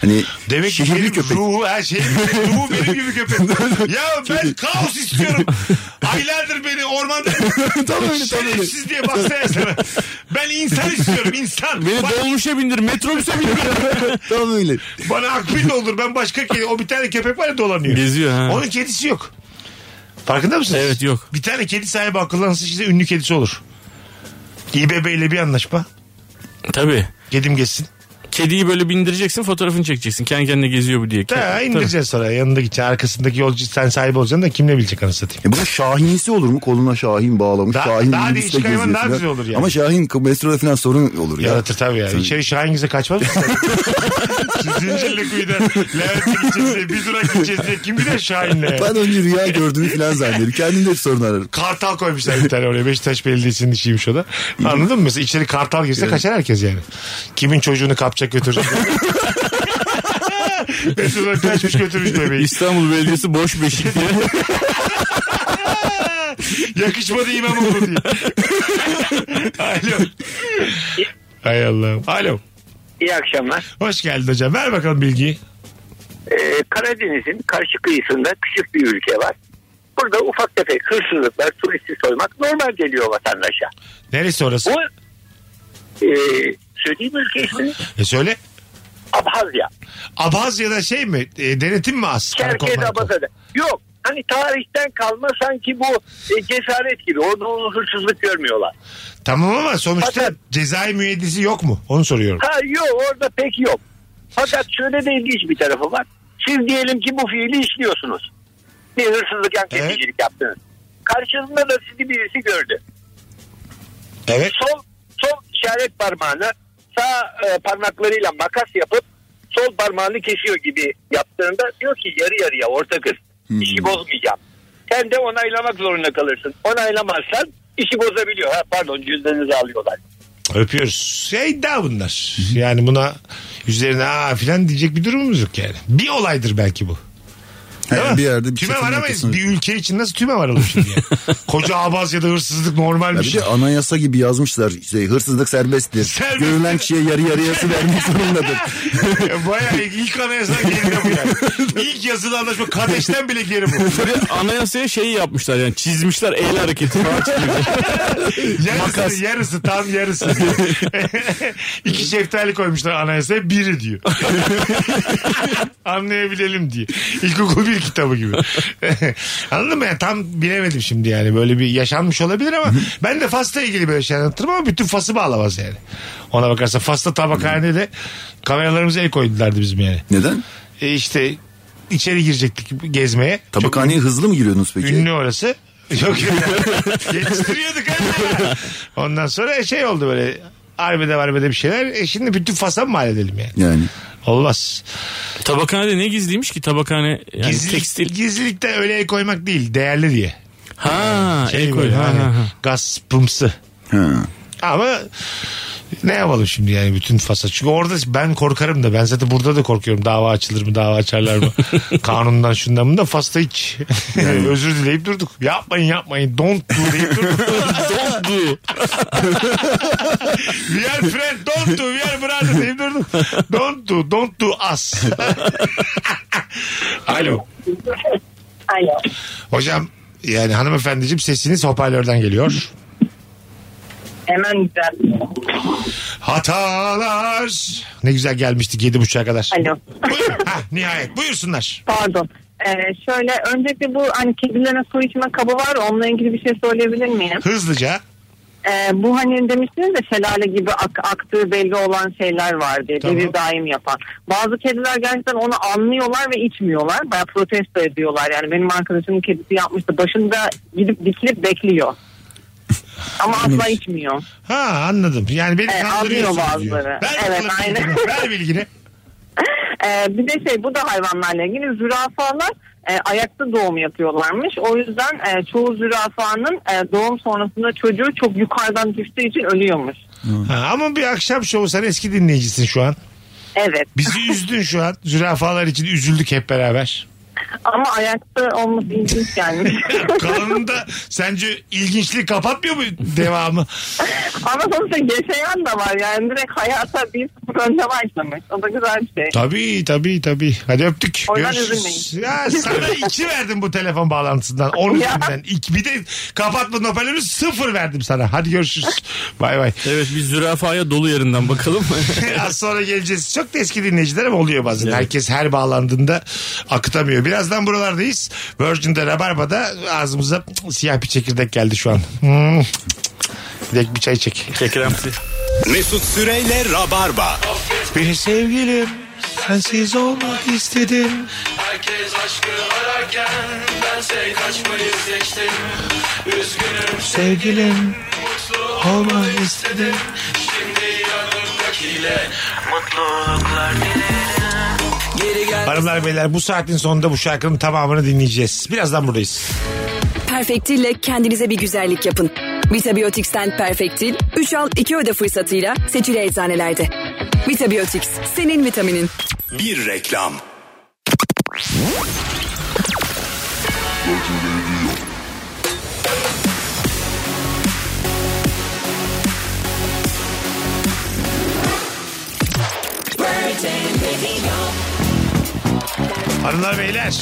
S4: Hani
S3: Demek ki
S4: şehirli
S3: benim
S4: köpek.
S3: ruhu her şey. ruhu benim
S5: <laughs>
S3: gibi köpek. ya ben kaos istiyorum. Aylardır
S5: <laughs>
S3: beni ormanda
S4: Tam öyle, tam öyle.
S3: şerefsiz diye baksana sana. Ben insan istiyorum insan.
S5: Beni
S3: Bak-
S5: dolmuşa bindir, metrobüse
S3: <laughs>
S5: bindir.
S4: <laughs> Tam öyle.
S3: Bana akbil olur. Ben başka kedi. O bir tane köpek var ya dolanıyor.
S5: Geziyor ha.
S3: Onun kedisi yok. Farkında mısınız?
S5: Evet, yok.
S3: Bir tane kedi sahibi akıllansa size ünlü kedisi olur. İBB ile bir anlaşma.
S5: Tabii.
S3: Gedim geçsin.
S5: Kediyi böyle bindireceksin fotoğrafını çekeceksin. Kendi kendine geziyor bu diye.
S3: Ha,
S5: Tabii.
S3: indireceğiz sonra yanında gideceksin. Arkasındaki yolcu sen sahibi olacaksın da kimle bilecek anasını satayım.
S4: E bunun şahinisi olur mu? Koluna şahin bağlamış.
S3: Daha-
S4: şahin
S3: daha
S4: minibüste
S3: değişik hayvan
S4: geziyor
S3: daha
S4: falan.
S3: güzel olur yani.
S4: Ama şahin metroda falan sorun olur ya.
S3: Yaratır tabii ya. İçeri Şahin Giz'e <laughs> kaçmaz mı? Siz Zincirli kuyuda Levent'e gideceğiz diye bir durak gideceğiz diye kim gider Şahin'le? ya?
S4: Ben önce rüya gördüğümü falan zannederim. Kendim de hep sorun ararım.
S3: Kartal koymuşlar bir tane oraya. Beşiktaş Belediyesi'nin işiymiş o da. Anladın mı? Mesela içeri kartal girse kaçar herkes yani. Kimin çocuğunu kapacak <laughs> götürecek. Mesela kaçmış götürmüş bebeği.
S5: İstanbul Belediyesi boş beşik diye.
S3: Yakışmadı imam oldu diye. Alo. Hay Allah'ım. Alo.
S6: İyi akşamlar.
S3: Hoş geldin hocam. Ver bakalım bilgiyi.
S6: Ee, Karadeniz'in karşı kıyısında küçük bir ülke var. Burada ufak tefek hırsızlıklar, turisti soymak normal geliyor vatandaşa.
S3: Neresi orası?
S6: Bu e, söyleyeyim ülke ismini
S3: E söyle.
S6: Abhazya.
S3: Abazya'da şey mi? E, denetim mi az? Karakol,
S6: Çerkez
S3: marakol.
S6: Abazada. Yok hani tarihten kalma sanki bu e, cesaret gibi. Orada onu hırsızlık görmüyorlar.
S3: Tamam ama sonuçta
S6: Fakat-
S3: cezai müeyyidesi yok mu? Onu soruyorum.
S6: Ha yok orada pek yok. Fakat şöyle de ilginç bir tarafı var. Siz diyelim ki bu fiili işliyorsunuz. Bir hırsızlık anketçilik yaptınız. Karşınızda da sizi birisi gördü.
S3: Evet.
S6: Sol sol işaret parmağını sağ e, parmaklarıyla makas yapıp sol parmağını kesiyor gibi yaptığında diyor ki yarı yarıya orta kız. İşi bozmayacağım. Sen de onaylamak zorunda kalırsın. Onaylamazsan işi bozabiliyor. Ha, pardon cüzdanınızı alıyorlar.
S3: Öpüyoruz. Şey daha bunlar. Yani buna üzerine aa filan diyecek bir durumumuz yok yani. Bir olaydır belki bu. Değil
S4: Yani
S3: mi?
S4: bir yerde bir
S3: tüme
S4: şefin
S3: varamayız.
S4: ortasına-
S3: Bir ülke için nasıl tüme varalım
S4: <laughs>
S3: şimdi? ya? Koca Abazya'da hırsızlık şey.
S4: Ya
S3: normalmiş.
S4: bir de anayasa gibi yazmışlar. Şey, hırsızlık serbesttir.
S3: Serbest.
S4: Görülen kişiye yarı yarıyası vermek zorundadır.
S3: <laughs> Ya Bayağı ilk anayasadan geride bu yani. İlk yazılı anlaşma Kadeş'ten bile geri bu.
S5: Tabii anayasaya şeyi yapmışlar yani çizmişler el hareketi. falan çizmiş.
S3: Yarısı,
S5: Makas.
S3: yarısı tam yarısı. İki şeftali koymuşlar anayasaya biri diyor. Anlayabilelim diye. İlkokul bir kitabı gibi. <laughs> Anladın mı? Yani tam bilemedim şimdi yani. Böyle bir yaşanmış olabilir ama ben de Fas'la ilgili böyle şey anlatırım ama bütün Fas'ı bağlamaz yani. Ona bakarsa Fas'ta tabakhanede de kameralarımıza el koydulardı bizim yani.
S4: Neden?
S3: E işte içeri girecektik gezmeye. Çok
S4: Tabakhaneye hızlı mı giriyordunuz peki?
S3: Ünlü orası. Yok <laughs> yok. Yetiştiriyorduk hani. Ondan sonra şey oldu böyle arbede arbede bir şeyler. E şimdi bütün fasa mı halledelim yani?
S4: Yani.
S3: Olmaz.
S5: <laughs> Tabakhanede ne gizliymiş ki tabakhane yani
S3: Gizlilik,
S5: tekstil.
S3: Gizlilikte öyle el koymak değil. Değerli diye.
S5: Ha,
S3: Şey
S5: el koy.
S3: böyle
S5: Ha,
S3: hani
S5: ha, ha.
S3: gaspımsı.
S4: Ha.
S3: Ama ne yapalım şimdi yani bütün fasa. Çünkü orada ben korkarım da ben zaten burada da korkuyorum. Dava açılır mı dava açarlar
S5: <laughs>
S3: mı? Kanundan şundan mı da fasta hiç. <laughs> Özür dileyip durduk. Yapmayın yapmayın don't do deyip durduk.
S5: <laughs> Don't do.
S3: We are friend, don't do, we are brother deyip durdum. Don't do, don't do us. Alo.
S12: Alo.
S3: Hocam yani hanımefendiciğim sesiniz hoparlörden geliyor.
S12: Hemen düzeltiyorum.
S3: Hatalar. Ne güzel gelmiştik yedi buçuğa kadar.
S12: Alo.
S3: Buyurun.
S12: <laughs>
S3: Ha, nihayet buyursunlar.
S12: Pardon. Ee, şöyle öncelikle bu hani kedilerin su içme kabı var ya, onunla ilgili bir şey söyleyebilir miyim?
S3: Hızlıca.
S12: Ee, bu hani demiştiniz de şelale gibi ak- aktığı belli olan şeyler var diye
S3: Tamam.
S12: devir daim yapan. Bazı kediler gerçekten onu anlıyorlar ve içmiyorlar. Bayağı protesto ediyorlar. Yani benim arkadaşımın kedisi yapmıştı. Başında gidip dikilip bekliyor. Ama asla içmiyor. <laughs>
S3: Ha anladım. Yani beni
S12: Evet,
S3: kandırıyorsunuz
S12: anlıyor
S3: diyor.
S12: bazıları.
S3: Ver
S12: Evet,
S3: bakalım
S12: aynen.
S3: bilgini, Ver bilgini.
S12: Ee, bir de şey bu da hayvanlarla ilgili zürafalar e, ayakta doğum yapıyorlarmış. O yüzden e, çoğu zürafanın e, doğum sonrasında çocuğu çok yukarıdan düştüğü için ölüyormuş.
S3: Ha, ama bir akşam şovu sen eski dinleyicisin şu an.
S12: Evet <laughs>
S3: Bizi üzdün şu an. Zürafalar için üzüldük hep beraber.
S12: ama ayakta olması ilginç gelmiş. <laughs>
S3: Kalanında sence ilginçliği kapatmıyor mu devamı?
S12: ama sonuçta yaşayan da var yani direkt hayata bir sıfır önde başlamış. O da güzel bir şey.
S3: Tabii tabii tabii. Hadi öptük.
S12: Oradan
S3: Görüşürüz.
S12: üzülmeyin.
S3: Ya sana iki verdim bu telefon bağlantısından. Onun
S12: Ya.
S3: üzerinden. İki, bir de kapatmadın hoparlörü sıfır verdim sana. Hadi görüşürüz.
S12: <laughs>
S3: Bay bay.
S5: Evet bir zürafaya dolu yerinden <laughs> bakalım.
S3: Az sonra geleceğiz. Çok da eski dinleyiciler ama oluyor bazen. Herkes her bağlandığında akıtamıyor. Birazdan buralardayız. Virgin'de Rabarba'da ağzımıza siyah bir çekirdek geldi şu an. Hmm. Dilek bir çay çek.
S5: Ekremsi.
S2: Mesut Süreyle Rabarba.
S3: Bir sevgilim sensiz olmak istedim.
S13: Herkes aşkı ararken bense kaçmayı seçtim. Üzgünüm
S3: Sevgilim olmak istedim.
S13: şimdi yanımdakiyle mutluluklar dilerim. Geri gel.
S3: Hanımlar beyler bu saatin sonunda bu şarkının tamamını dinleyeceğiz. Birazdan buradayız.
S14: Perfektil ile kendinize bir güzellik yapın. Vitabiotics'ten Perfektil 3 al 2 öde fırsatıyla seçili eczanelerde. Vitabiotics senin vitaminin.
S2: Bir reklam.
S3: Hanımlar beyler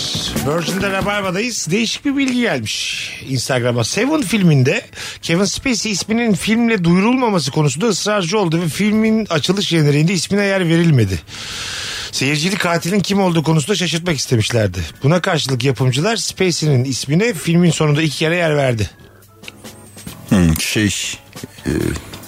S3: Virgin'de Rabarba'dayız. Değişik bir bilgi gelmiş Instagram'a. Seven filminde Kevin Spacey isminin filmle duyurulmaması konusunda ısrarcı oldu ve filmin açılış jeneriğinde ismine yer verilmedi. Seyircili katilin kim olduğu konusunda şaşırtmak istemişlerdi. Buna karşılık yapımcılar Spacey'nin ismine filmin sonunda iki kere yer verdi.
S4: Hmm, şey e,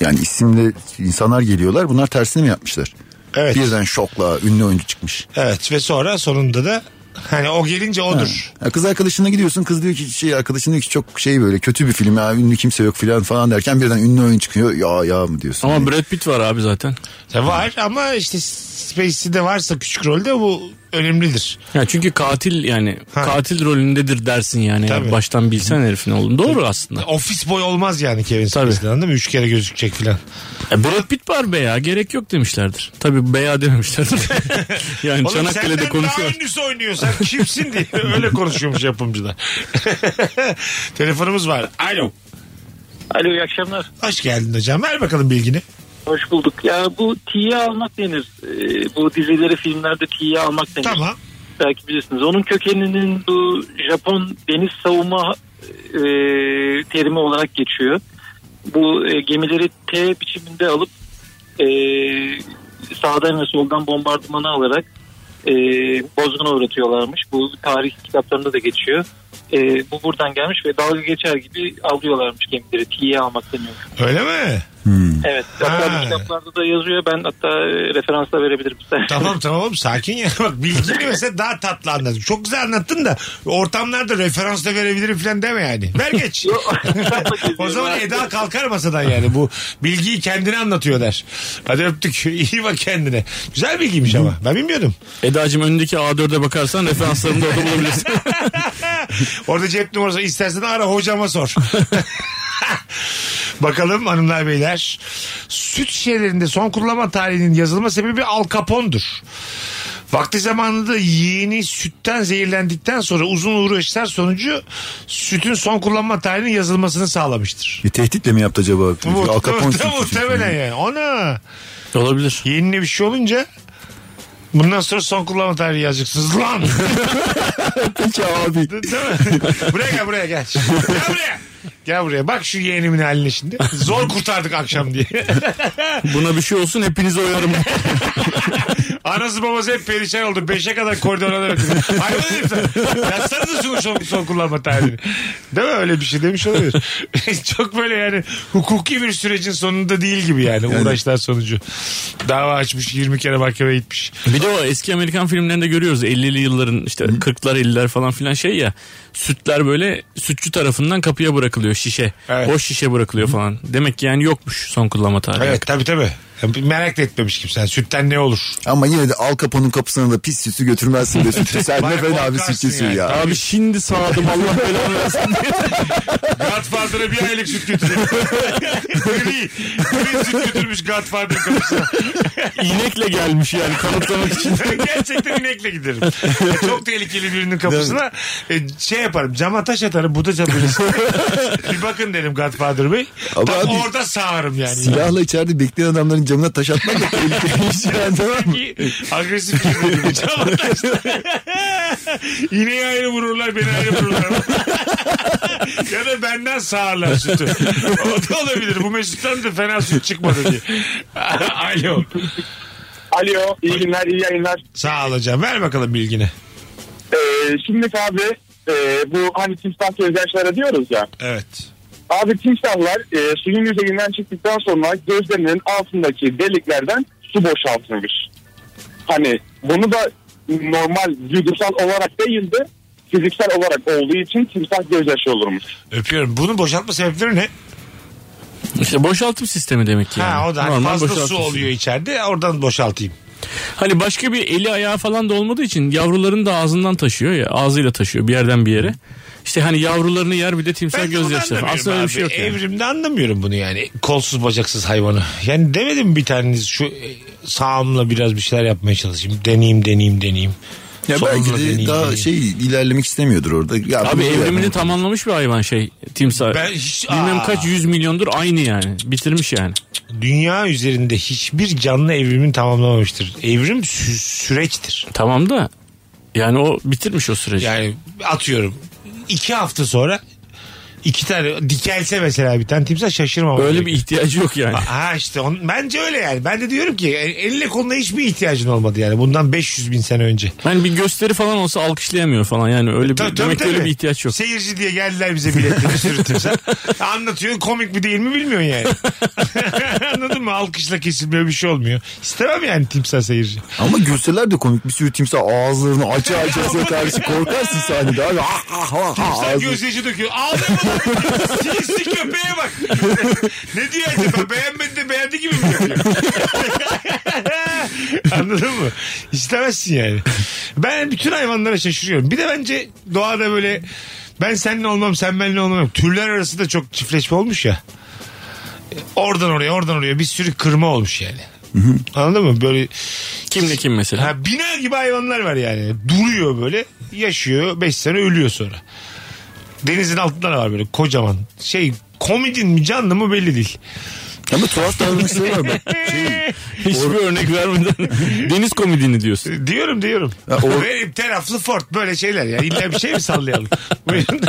S4: yani isimle insanlar geliyorlar bunlar tersini mi yapmışlar?
S3: Evet.
S4: Birden şokla ünlü oyuncu çıkmış.
S3: Evet ve sonra sonunda da hani o gelince odur.
S4: Ha, kız arkadaşına gidiyorsun kız diyor ki şey arkadaşın diyor ki çok şey böyle kötü bir film ya ünlü kimse yok filan falan derken birden ünlü oyun çıkıyor ya ya mı diyorsun.
S5: Ama Brad Pitt var abi zaten.
S3: Ya Var ama işte Spacey'de varsa küçük rolde bu önemlidir.
S5: Ya çünkü katil yani katil rolündedir dersin yani. Eğer
S3: Tabii.
S5: Baştan bilsen herifin olduğunu. Doğru aslında.
S3: Ofis boy olmaz yani Kevin Spacey'den anladın mı? Üç kere gözükecek filan.
S5: E, Brad Pitt var be ya gerek yok demişlerdir. Tabii be ya dememişlerdir. <laughs> yani
S3: Oğlum
S5: Çanakkale'de
S3: senden
S5: konuşuyor.
S3: daha ünlüsü oynuyor sen kimsin diye <laughs> öyle konuşuyormuş yapımcılar. <laughs> Telefonumuz var. Alo.
S15: Alo iyi akşamlar.
S3: Hoş geldin hocam ver bakalım bilgini.
S15: Hoş bulduk. Ya bu tiye almak denir. Ee, bu dizileri filmlerde tiye almak denir.
S3: Tamam.
S15: Belki bilirsiniz. Onun kökeninin bu Japon deniz savunma e, terimi olarak geçiyor. Bu e, gemileri T biçiminde alıp e, sağdan ve soldan bombardımanı alarak e, bozguna uğratıyorlarmış. Bu tarih kitaplarında da geçiyor. E, bu buradan gelmiş ve dalga geçer gibi avlıyorlarmış gemileri. Tiye almak deniyor.
S3: Öyle mi?
S15: Evet. Hatta bu kitaplarda da yazıyor. Ben hatta e, referans da verebilirim size.
S3: Tamam tamam oğlum sakin ya. Bak bilgini mesela daha tatlı anlattın. Çok güzel anlattın da ortamlarda referans da verebilirim falan deme yani. Ver geç. <laughs> o zaman Eda kalkar masadan yani. Bu bilgiyi kendine anlatıyor der. Hadi öptük. <laughs> İyi bak kendine. Güzel bilgiymiş ama. Ben bilmiyordum.
S5: Eda'cığım önündeki A4'e bakarsan <laughs> referanslarını da orada bulabilirsin.
S3: <laughs> Orada cep numarası istersen ara hocama sor. <laughs> Bakalım hanımlar beyler. Süt şişelerinde son kullanma tarihinin yazılma sebebi Al Capone'dur. Vakti zamanında yeğeni sütten zehirlendikten sonra uzun uğraşlar sonucu sütün son kullanma tarihinin yazılmasını sağlamıştır.
S4: Bir tehditle mi yaptı acaba? Çünkü
S3: Mu-
S4: Al Capone
S3: mu-
S4: suçu çünkü.
S3: Muhtemelen yani. Ona.
S5: Olabilir.
S3: Yeğenine bir şey olunca bundan sonra son kullanma tarihi yazacaksınız lan.
S4: Peki abi.
S3: Değil mi? <laughs> Buraya gel buraya gel. Gel buraya. Gel buraya. Bak şu yeğenimin haline şimdi. Zor kurtardık akşam diye. <laughs>
S5: Buna bir şey olsun hepinizi oyarım.
S3: Anası babası hep perişan oldu. Beşe kadar koridorda bekliyor. Hayvan herif sen. Yazsanıza şunu son, son kullanma tarihini. Değil mi? Öyle bir şey demiş olabilir. <laughs> Çok böyle yani hukuki bir sürecin sonunda değil gibi yani. Uğraşlar sonucu. Dava açmış 20 kere mahkemeye gitmiş.
S5: Bir de o eski Amerikan filmlerinde görüyoruz 50'li yılların işte 40'lar 50'ler falan filan şey ya sütler böyle sütçü tarafından kapıya bırakılıyor şişe. Boş şişe bırakılıyor falan. Demek ki yani yokmuş son kullanma tarihi.
S3: Evet tabii tabii. Merak da etmemiş kimse. Sütten ne olur?
S4: Ama yine de Al Capone'un kapısına da pis sütü götürmezsin de sütü. Sen ne
S3: Bak,
S4: fena abi
S3: korkarsın
S4: sütçüsün
S3: yani.
S4: ya.
S5: Abi şimdi <laughs> sağdım Allah belanı versin.
S3: Godfather'a bir aylık süt götürüyor. gri, gri süt götürmüş Godfather kapısına.
S5: İnekle gelmiş yani kanıtlamak için.
S3: <laughs> Gerçekten inekle giderim. E, Çok tehlikeli birinin kapısına e, şey yaparım cama taş atarım bu da çapılır. bir bakın derim Godfather Bey.
S4: Ama
S3: Tam
S4: abi-
S3: orada sağarım yani.
S4: Silahla içeride bekleyen adamların camına taş atmak da tehlikeli iş yani tamam mı?
S3: Agresif şey
S5: <laughs>
S3: girdim. Cama taş. İneği ayrı vururlar beni ayrı vururlar. <laughs> ya da benden sağarlar sütü. O da olabilir. Bu Mesut'tan da fena süt çıkmadı diye. <laughs> Alo.
S16: Alo, iyi günler, iyi yayınlar.
S3: Sağ ol hocam. Ver bakalım bilgini.
S16: Ee, şimdi abi e, bu hani substans gözyaşları diyoruz ya.
S3: Evet.
S16: Abi timsahlar e, suyun yüzeyinden çıktıktan sonra gözlerinin altındaki deliklerden su boşaltılmış. Hani bunu da normal duygusal olarak değil de fiziksel olarak olduğu için timsah gözyaşı olurmuş.
S3: Öpüyorum. Bunun boşaltma sebepleri ne?
S5: İşte boşaltım sistemi demek ki.
S3: Ha
S5: yani.
S3: o da hani
S5: Normal
S3: fazla
S5: boşaltım
S3: su
S5: sistemi.
S3: oluyor içeride oradan boşaltayım.
S5: Hani başka bir eli ayağı falan da olmadığı için yavruların da ağzından taşıyor ya. Ağzıyla taşıyor bir yerden bir yere. İşte hani yavrularını yer bir de timsah
S3: Ben bunu
S5: gözyaşı.
S3: anlamıyorum
S5: Aslında öyle bir
S3: abi.
S5: şey yok yani.
S3: Evrimde anlamıyorum bunu yani. Kolsuz bacaksız hayvanı. Yani demedim mi bir taneniz şu e, sağımla biraz bir şeyler yapmaya çalışayım. Deneyeyim deneyeyim deneyeyim.
S4: Ya
S3: Solumla
S4: belki de
S3: deneyeyim,
S4: daha
S3: deneyeyim.
S4: şey ilerlemek istemiyordur orada. Ya
S5: Abi
S4: bunu
S5: evrimini
S4: yapmam.
S5: tamamlamış bir hayvan şey timsah.
S3: Ben hiç-
S5: Bilmem
S3: Aa.
S5: kaç yüz milyondur aynı yani. Bitirmiş yani.
S3: Dünya üzerinde hiçbir canlı evrimini tamamlamamıştır. Evrim sü- süreçtir.
S5: Tamam da yani o bitirmiş o süreci.
S3: Yani atıyorum iki hafta sonra iki tane dikelse mesela bir tane timsah şaşırmam.
S5: Öyle bir ihtiyacı yok
S3: <laughs>
S5: yani.
S3: Ha işte on, bence öyle yani. Ben de diyorum ki e, elle konuda hiçbir ihtiyacın olmadı yani. Bundan 500 bin sene önce.
S5: Yani Hani bir gösteri falan olsa alkışlayamıyor falan yani öyle bir
S3: E, Tabii, tabii,
S5: demek ki öyle
S3: tabii.
S5: bir ihtiyaç yok.
S3: Seyirci diye geldiler bize biletleri sürtüp
S5: <laughs>
S3: sen. Anlatıyorsun komik mi değil mi bilmiyorsun yani. <laughs> Anladın mı? Alkışla kesilmiyor bir şey olmuyor. İstemem yani timsah seyirci.
S4: Ama gülseler de komik bir sürü timsah ağızlarını aça
S3: <laughs>
S4: aça size karşı korkarsın sahnede abi. Ah, ah, ah, ah,
S3: Timsah
S4: ağzı-
S3: gözyaşı döküyor. Ağlama lan. Sinsi köpeğe bak. <laughs> ne diyor acaba? Beğenmedi de beğendi gibi mi yapıyor? <laughs> Anladın mı? İstemezsin yani. Ben bütün hayvanlara şaşırıyorum. Bir de bence doğada böyle ben seninle olmam sen benimle olmam. yok. Türler arasında çok çiftleşme olmuş ya. E, Oradan oraya oradan oraya bir sürü kırma olmuş yani. Anladın mı? Böyle
S5: Kimle kim mesela?
S3: Ha, bina gibi hayvanlar var yani. Duruyor böyle. Yaşıyor. 5 sene ölüyor sonra. Denizin altında da var böyle kocaman. Şey komedin mi canlı mı belli değil.
S4: Ama tuhaf davranışları var bak.
S5: <laughs>
S4: Şey-
S5: Hiçbir örnek vermeden deniz komedini diyorsun.
S3: <laughs> diyorum diyorum.
S4: Ya, o-
S3: Verip teraflı fort böyle şeyler ya. İlla bir şey mi sallayalım?
S4: <laughs>
S3: Buyurun.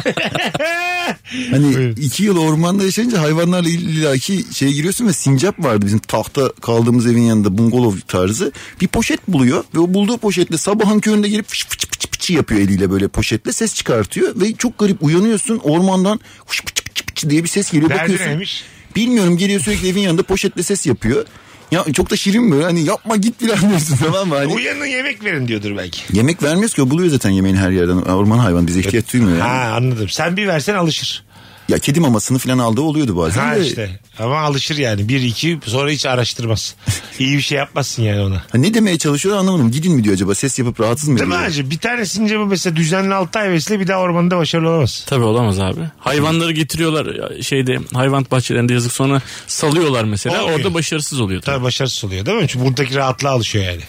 S4: Hani
S3: <laughs> Buyurun.
S4: iki yıl ormanda yaşayınca hayvanlarla illaki şeye giriyorsun ve sincap vardı bizim tahta kaldığımız evin yanında bungalov tarzı. Bir poşet buluyor ve o bulduğu poşetle sabahın köründe gelip fış fıç fıç fıç yapıyor eliyle böyle poşetle ses çıkartıyor ve çok garip uyanıyorsun ormandan fış fıç fıç fıç diye bir ses geliyor
S3: Derdi
S4: bakıyorsun.
S3: neymiş?
S4: Bilmiyorum geliyor sürekli evin yanında poşetle ses yapıyor. Ya çok da şirin böyle hani yapma git falan diyorsun tamam mı? Hani
S3: Uyanın yemek verin diyordur belki.
S4: yemek vermiyoruz ki o buluyor zaten yemeğini her yerden. Orman hayvan bize ihtiyaç duymuyor yani.
S3: Ha anladım. Sen bir versen alışır.
S4: Ya kedi mamasını falan aldığı oluyordu bazen
S3: Ha
S4: de.
S3: işte. Ama alışır yani. Bir iki sonra hiç araştırmaz. İyi bir şey yapmazsın yani ona.
S4: Ha, ne demeye çalışıyor anlamadım. Gidin mi diyor acaba ses yapıp rahatsız mı
S3: Değil mi
S4: ediyor?
S3: hacı? Bir tane sincapı mesela düzenli 6 ay besle bir daha ormanda başarılı olamaz.
S5: Tabii olamaz abi. Hayvanları getiriyorlar ya şeyde hayvan bahçelerinde yazık sonra salıyorlar mesela.
S3: Olmuyor.
S5: Orada başarısız oluyor. tabii.
S3: Tabii başarısız oluyor değil mi? Çünkü buradaki rahatlığa alışıyor yani.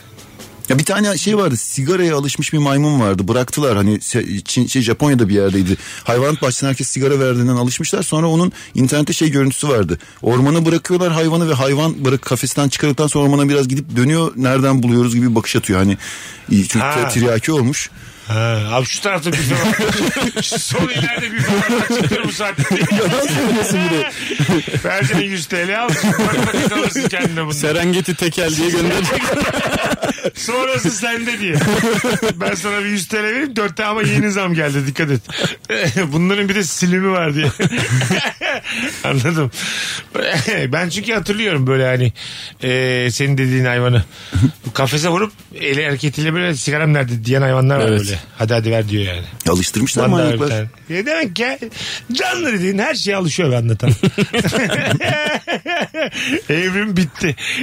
S4: Ya bir tane şey vardı sigaraya alışmış bir maymun vardı bıraktılar hani se- Çin, şey, Japonya'da bir yerdeydi. Hayvanat bahçesine herkes sigara verdiğinden alışmışlar sonra onun internette şey görüntüsü vardı. Ormana bırakıyorlar hayvanı ve hayvan bırak kafesten çıkardıktan sonra ormana biraz gidip dönüyor nereden buluyoruz gibi bir bakış atıyor hani iyi, çünkü
S3: Ha.
S4: tiryaki olmuş.
S3: Ha, abi şu tarafta bir falan. <laughs> Şu Sol ileride bir falan çıkıyor bu saatte.
S4: Yalan söylüyorsun bir
S3: <laughs>
S4: de.
S3: Versene 100 TL al. Bak bak alırsın kendine bunu.
S5: Serengeti tekel diye
S3: <laughs>
S5: gönderecek.
S3: Sonrası sende diye. Ben sana bir 100 TL vereyim 4 tane ama yeni zam geldi dikkat et. <laughs> Bunların bir de silimi var diye. <laughs> Anladım. Ben çünkü hatırlıyorum böyle hani e, senin dediğin hayvanı. Kafese vurup eli hareketiyle böyle sigaram nerede diyen hayvanlar var
S5: Evet.
S3: böyle. Hadi hadi ver diyor yani.
S4: Ya Alıştırmışlar
S3: Vallahi bir
S4: manyaklar.
S3: tane. Ya E, demek ki canlı dediğin her şeye alışıyor be anlatan. <laughs> Evrim bitti. <laughs>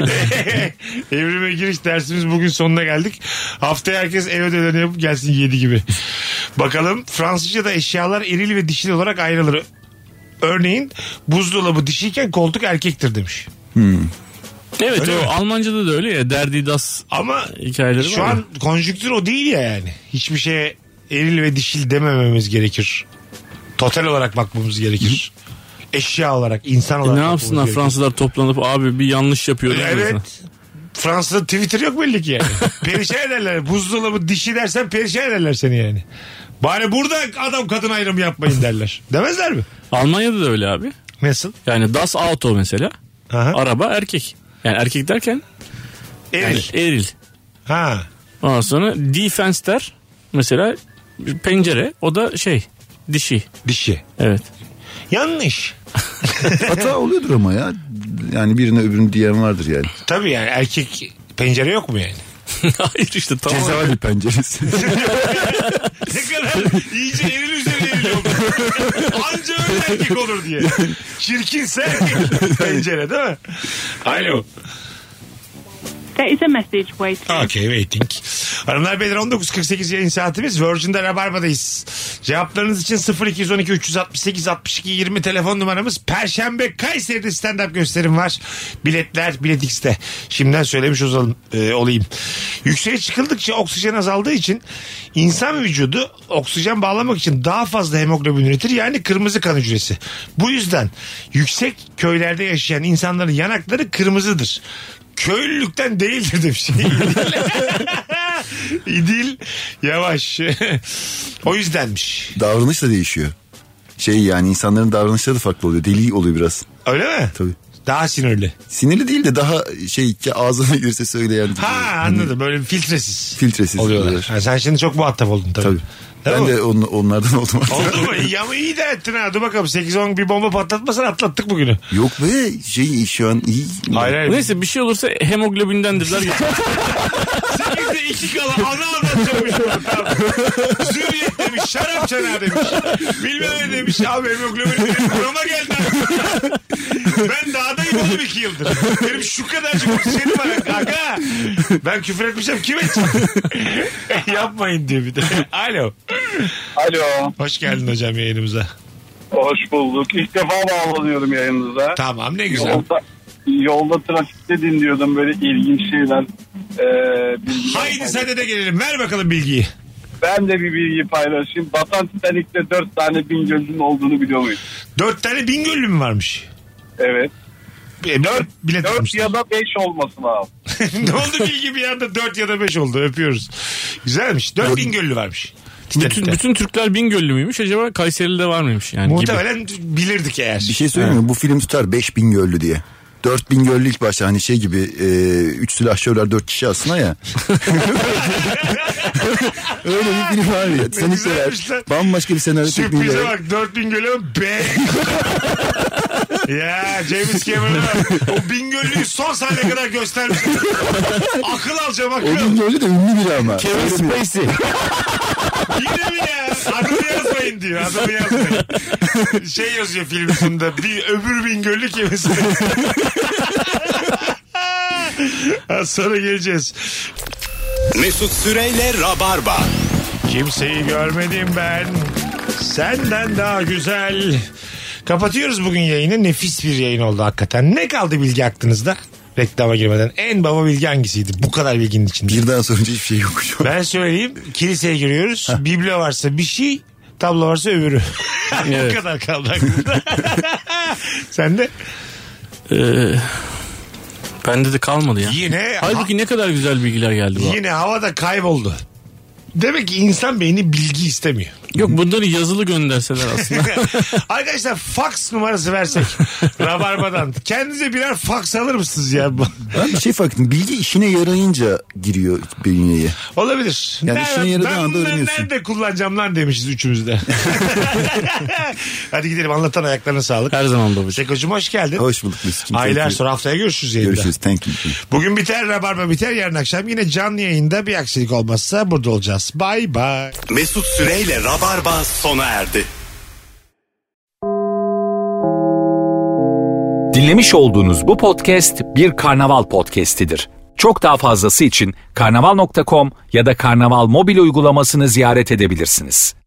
S3: Evrime giriş dersimiz bugün sonuna geldik. Haftaya herkes eve ödevlerini yapıp gelsin yedi gibi. Bakalım Fransızca'da eşyalar eril ve dişil olarak ayrılır. Örneğin buzdolabı dişiyken koltuk erkektir demiş.
S5: Evet Hani
S3: Öyle
S5: o
S3: mi?
S5: Almanca'da da öyle ya. Derdi das
S3: Ama
S5: hikayeleri
S3: şu
S5: var. ya.
S3: an konjüktür o değil ya yani. Hiçbir şeye eril ve dişil demememiz gerekir. Total olarak bakmamız gerekir. Eşya olarak, insan
S5: E
S3: olarak.
S5: ne
S3: bakmamız
S5: yapsınlar
S3: gerekir.
S5: Fransızlar toplanıp abi bir yanlış yapıyor. diyorlar.
S3: Evet. Fransa'da Twitter yok
S5: <laughs>
S3: belli ki yani. perişan ederler. Buzdolabı dişi dersen perişan ederler seni yani. Bari burada adam kadın ayrımı
S5: <laughs>
S3: yapmayın derler. Demezler mi?
S5: Almanya'da da öyle abi.
S3: Nasıl?
S5: Yani das auto mesela.
S3: Aha.
S5: Araba erkek. Yani erkek derken
S3: Eril.
S5: eril.
S3: Ha.
S5: Ondan sonra defense der. Mesela pencere o da şey dişi.
S3: Dişi.
S5: Evet. <laughs>
S3: Yanlış.
S4: Hata oluyordur ama ya. Yani birine öbürünü diyen vardır yani.
S3: <laughs> Tabii yani erkek pencere yok mu yani?
S5: Hayır işte tamam.
S4: Cezaevi penceresi.
S3: Ne kadar iyice eril üzerine eril oldu. Anca öyle erkek olur diye. Çirkinse erkek pencere değil mi? Alo.
S17: There is a message waiting.
S3: Okay waiting. Hanımlar beyler 19.48 yayın saatimiz. Virgin'de Rabarba'dayız. Cevaplarınız için 0212 368 62 20 telefon numaramız. Perşembe Kayseri'de stand-up gösterim var. Biletler Bilet X'te. Şimdiden söylemiş olalım, e, olayım. Yükseğe çıkıldıkça oksijen azaldığı için insan vücudu oksijen bağlamak için daha fazla hemoglobin üretir. Yani kırmızı kan hücresi. Bu yüzden yüksek köylerde yaşayan insanların yanakları kırmızıdır. Köylülükten değildir demiş. <laughs> İdil yavaş. o yüzdenmiş.
S4: Davranış da değişiyor. Şey yani insanların davranışları da farklı oluyor. Deli oluyor biraz.
S3: Öyle mi?
S4: Tabii.
S3: Daha sinirli.
S4: Sinirli değil de daha şey ki ağzına <laughs> girse söyleyen.
S3: Ha anladım böyle filtresiz.
S4: Filtresiz.
S3: Oluyorlar. Ha, sen şimdi çok muhatap oldun tabii.
S4: Tabii.
S3: Değil
S4: ben
S3: mi?
S4: de on, onlardan oldum.
S3: Oldu mu? İyi ama iyi de ettin ha. Dur bakalım 8-10 bir bomba patlatmasan atlattık bugünü.
S4: Yok be şey şu an iyi.
S3: Hayır hayır.
S5: Neyse bir şey olursa hemoglobindendirler.
S3: Senin de iki kala ana anlatıyormuş ortam. Zürriyet demiş, şarap çanağı demiş. Bilmem ne demiş. Abi hemoglobin benim kurama geldi. artık. ben dağdayım oğlum iki yıldır. Benim şu kadarcık oksijenim var. Aga. Ben küfür etmişim kim edeceğim? <laughs> Yapmayın diyor bir de. Alo.
S18: Alo.
S3: Hoş geldin hocam yayınımıza.
S18: Hoş bulduk. İlk defa bağlanıyorum yayınınıza.
S3: Tamam ne güzel.
S18: Yolda, yolda trafikte dinliyordum böyle ilginç şeyler. e,
S3: Haydi sen de gelelim. Ver bakalım bilgiyi.
S18: Ben de bir bilgi paylaşayım. Batan Titanik'te dört tane Bingöl'ün olduğunu biliyor muyuz?
S3: Dört tane Bingöllü mü varmış?
S18: Evet.
S3: Dört, bilet
S18: dört ya da beş olması lazım.
S3: <laughs> ne oldu bilgi bir anda 4 ya da 5 oldu öpüyoruz. Güzelmiş. 4 Bingöllü varmış.
S5: bütün, bütün Türkler Bingöllü müymüş acaba Kayseri'de var mıymış yani gibi.
S3: Muhtemelen bilirdik eğer.
S4: Bir şey söyleyeyim mi? Bu film tutar 5000 göllü diye. 4000 göllü ilk başta hani şey gibi e, üç silahşörler dört kişi aslında
S3: <laughs>
S4: ya. Öyle bir film var ya. Titanic de
S3: güzelmiş
S4: var. Bambaşka bir senaryo tekniği
S3: Sürprize
S4: var.
S3: bak 4 Bingöl'e bak. be. ya James Cameron'a bak. o Bingöllü'yü son sahne kadar göstermiş. akıl alacağım
S4: O
S3: akıl.
S4: gün göllü de ünlü biri ama.
S5: Kevin
S4: Öyle bir-
S5: Spacey.
S3: Yine mi ya? Adını yazmayın diyor. Adını yazmayın. Şey yazıyor film sonunda. Bir öbür Bingöllü kimisi. <laughs> Az sonra geleceğiz.
S2: Mesut Süreyle Rabarba.
S3: Kimseyi görmedim ben. Senden daha güzel. Kapatıyoruz bugün yayını. Nefis bir yayın oldu hakikaten. Ne kaldı bilgi aklınızda? Reklama girmeden. En baba bilgi hangisiydi? Bu kadar bilginin içinde.
S4: Birden sonra hiçbir şey yok.
S3: Ben söyleyeyim. Kiliseye giriyoruz. Biblo varsa bir şey, tablo varsa öbürü. <laughs>
S5: Evet.
S3: Bu kadar kaldı aklımda. <laughs> Sen de
S5: Ee, bende de kalmadı ya.
S3: Yine-
S5: Halbuki ne kadar güzel bilgiler geldi bu.
S3: yine havada kayboldu. Demek ki insan beyni bilgi istemiyor.
S5: Yok bunları yazılı gönderseler
S3: <laughs>
S5: aslında.
S3: Arkadaşlar fax numarası versek Rabarba'dan. Kendinize birer fax alır mısınız ya? <laughs>
S4: Ben bir şey fark ettim. Bilgi işine yarayınca giriyor bünyeye.
S3: Olabilir.
S4: Yani
S3: Nerede-
S4: işine yaradığı
S3: ben
S4: anda
S3: bunları
S4: öğreniyorsun.
S3: nerede kullanacağım lan demişiz
S4: <laughs>
S3: üçümüz de. Hadi gidelim anlatan ayaklarına sağlık. Her
S5: zaman babacığım.
S3: Sekocuğum hoş geldin.
S4: Hoş bulduk Mesut'cum. Thank
S3: Aylar
S4: you.
S3: sonra haftaya görüşürüz yayında.
S4: Görüşürüz. Thank you.
S3: Bugün biter Rabarba biter. Yarın akşam yine canlı yayında bir aksilik olmazsa burada olacağız. Bay bay.
S2: Mesut Süreyle Rabarba sona erdi.
S1: Dinlemiş olduğunuz bu podcast bir karnaval podcastidir. Çok daha fazlası için karnaval.com ya da karnaval mobil uygulamasını ziyaret edebilirsiniz.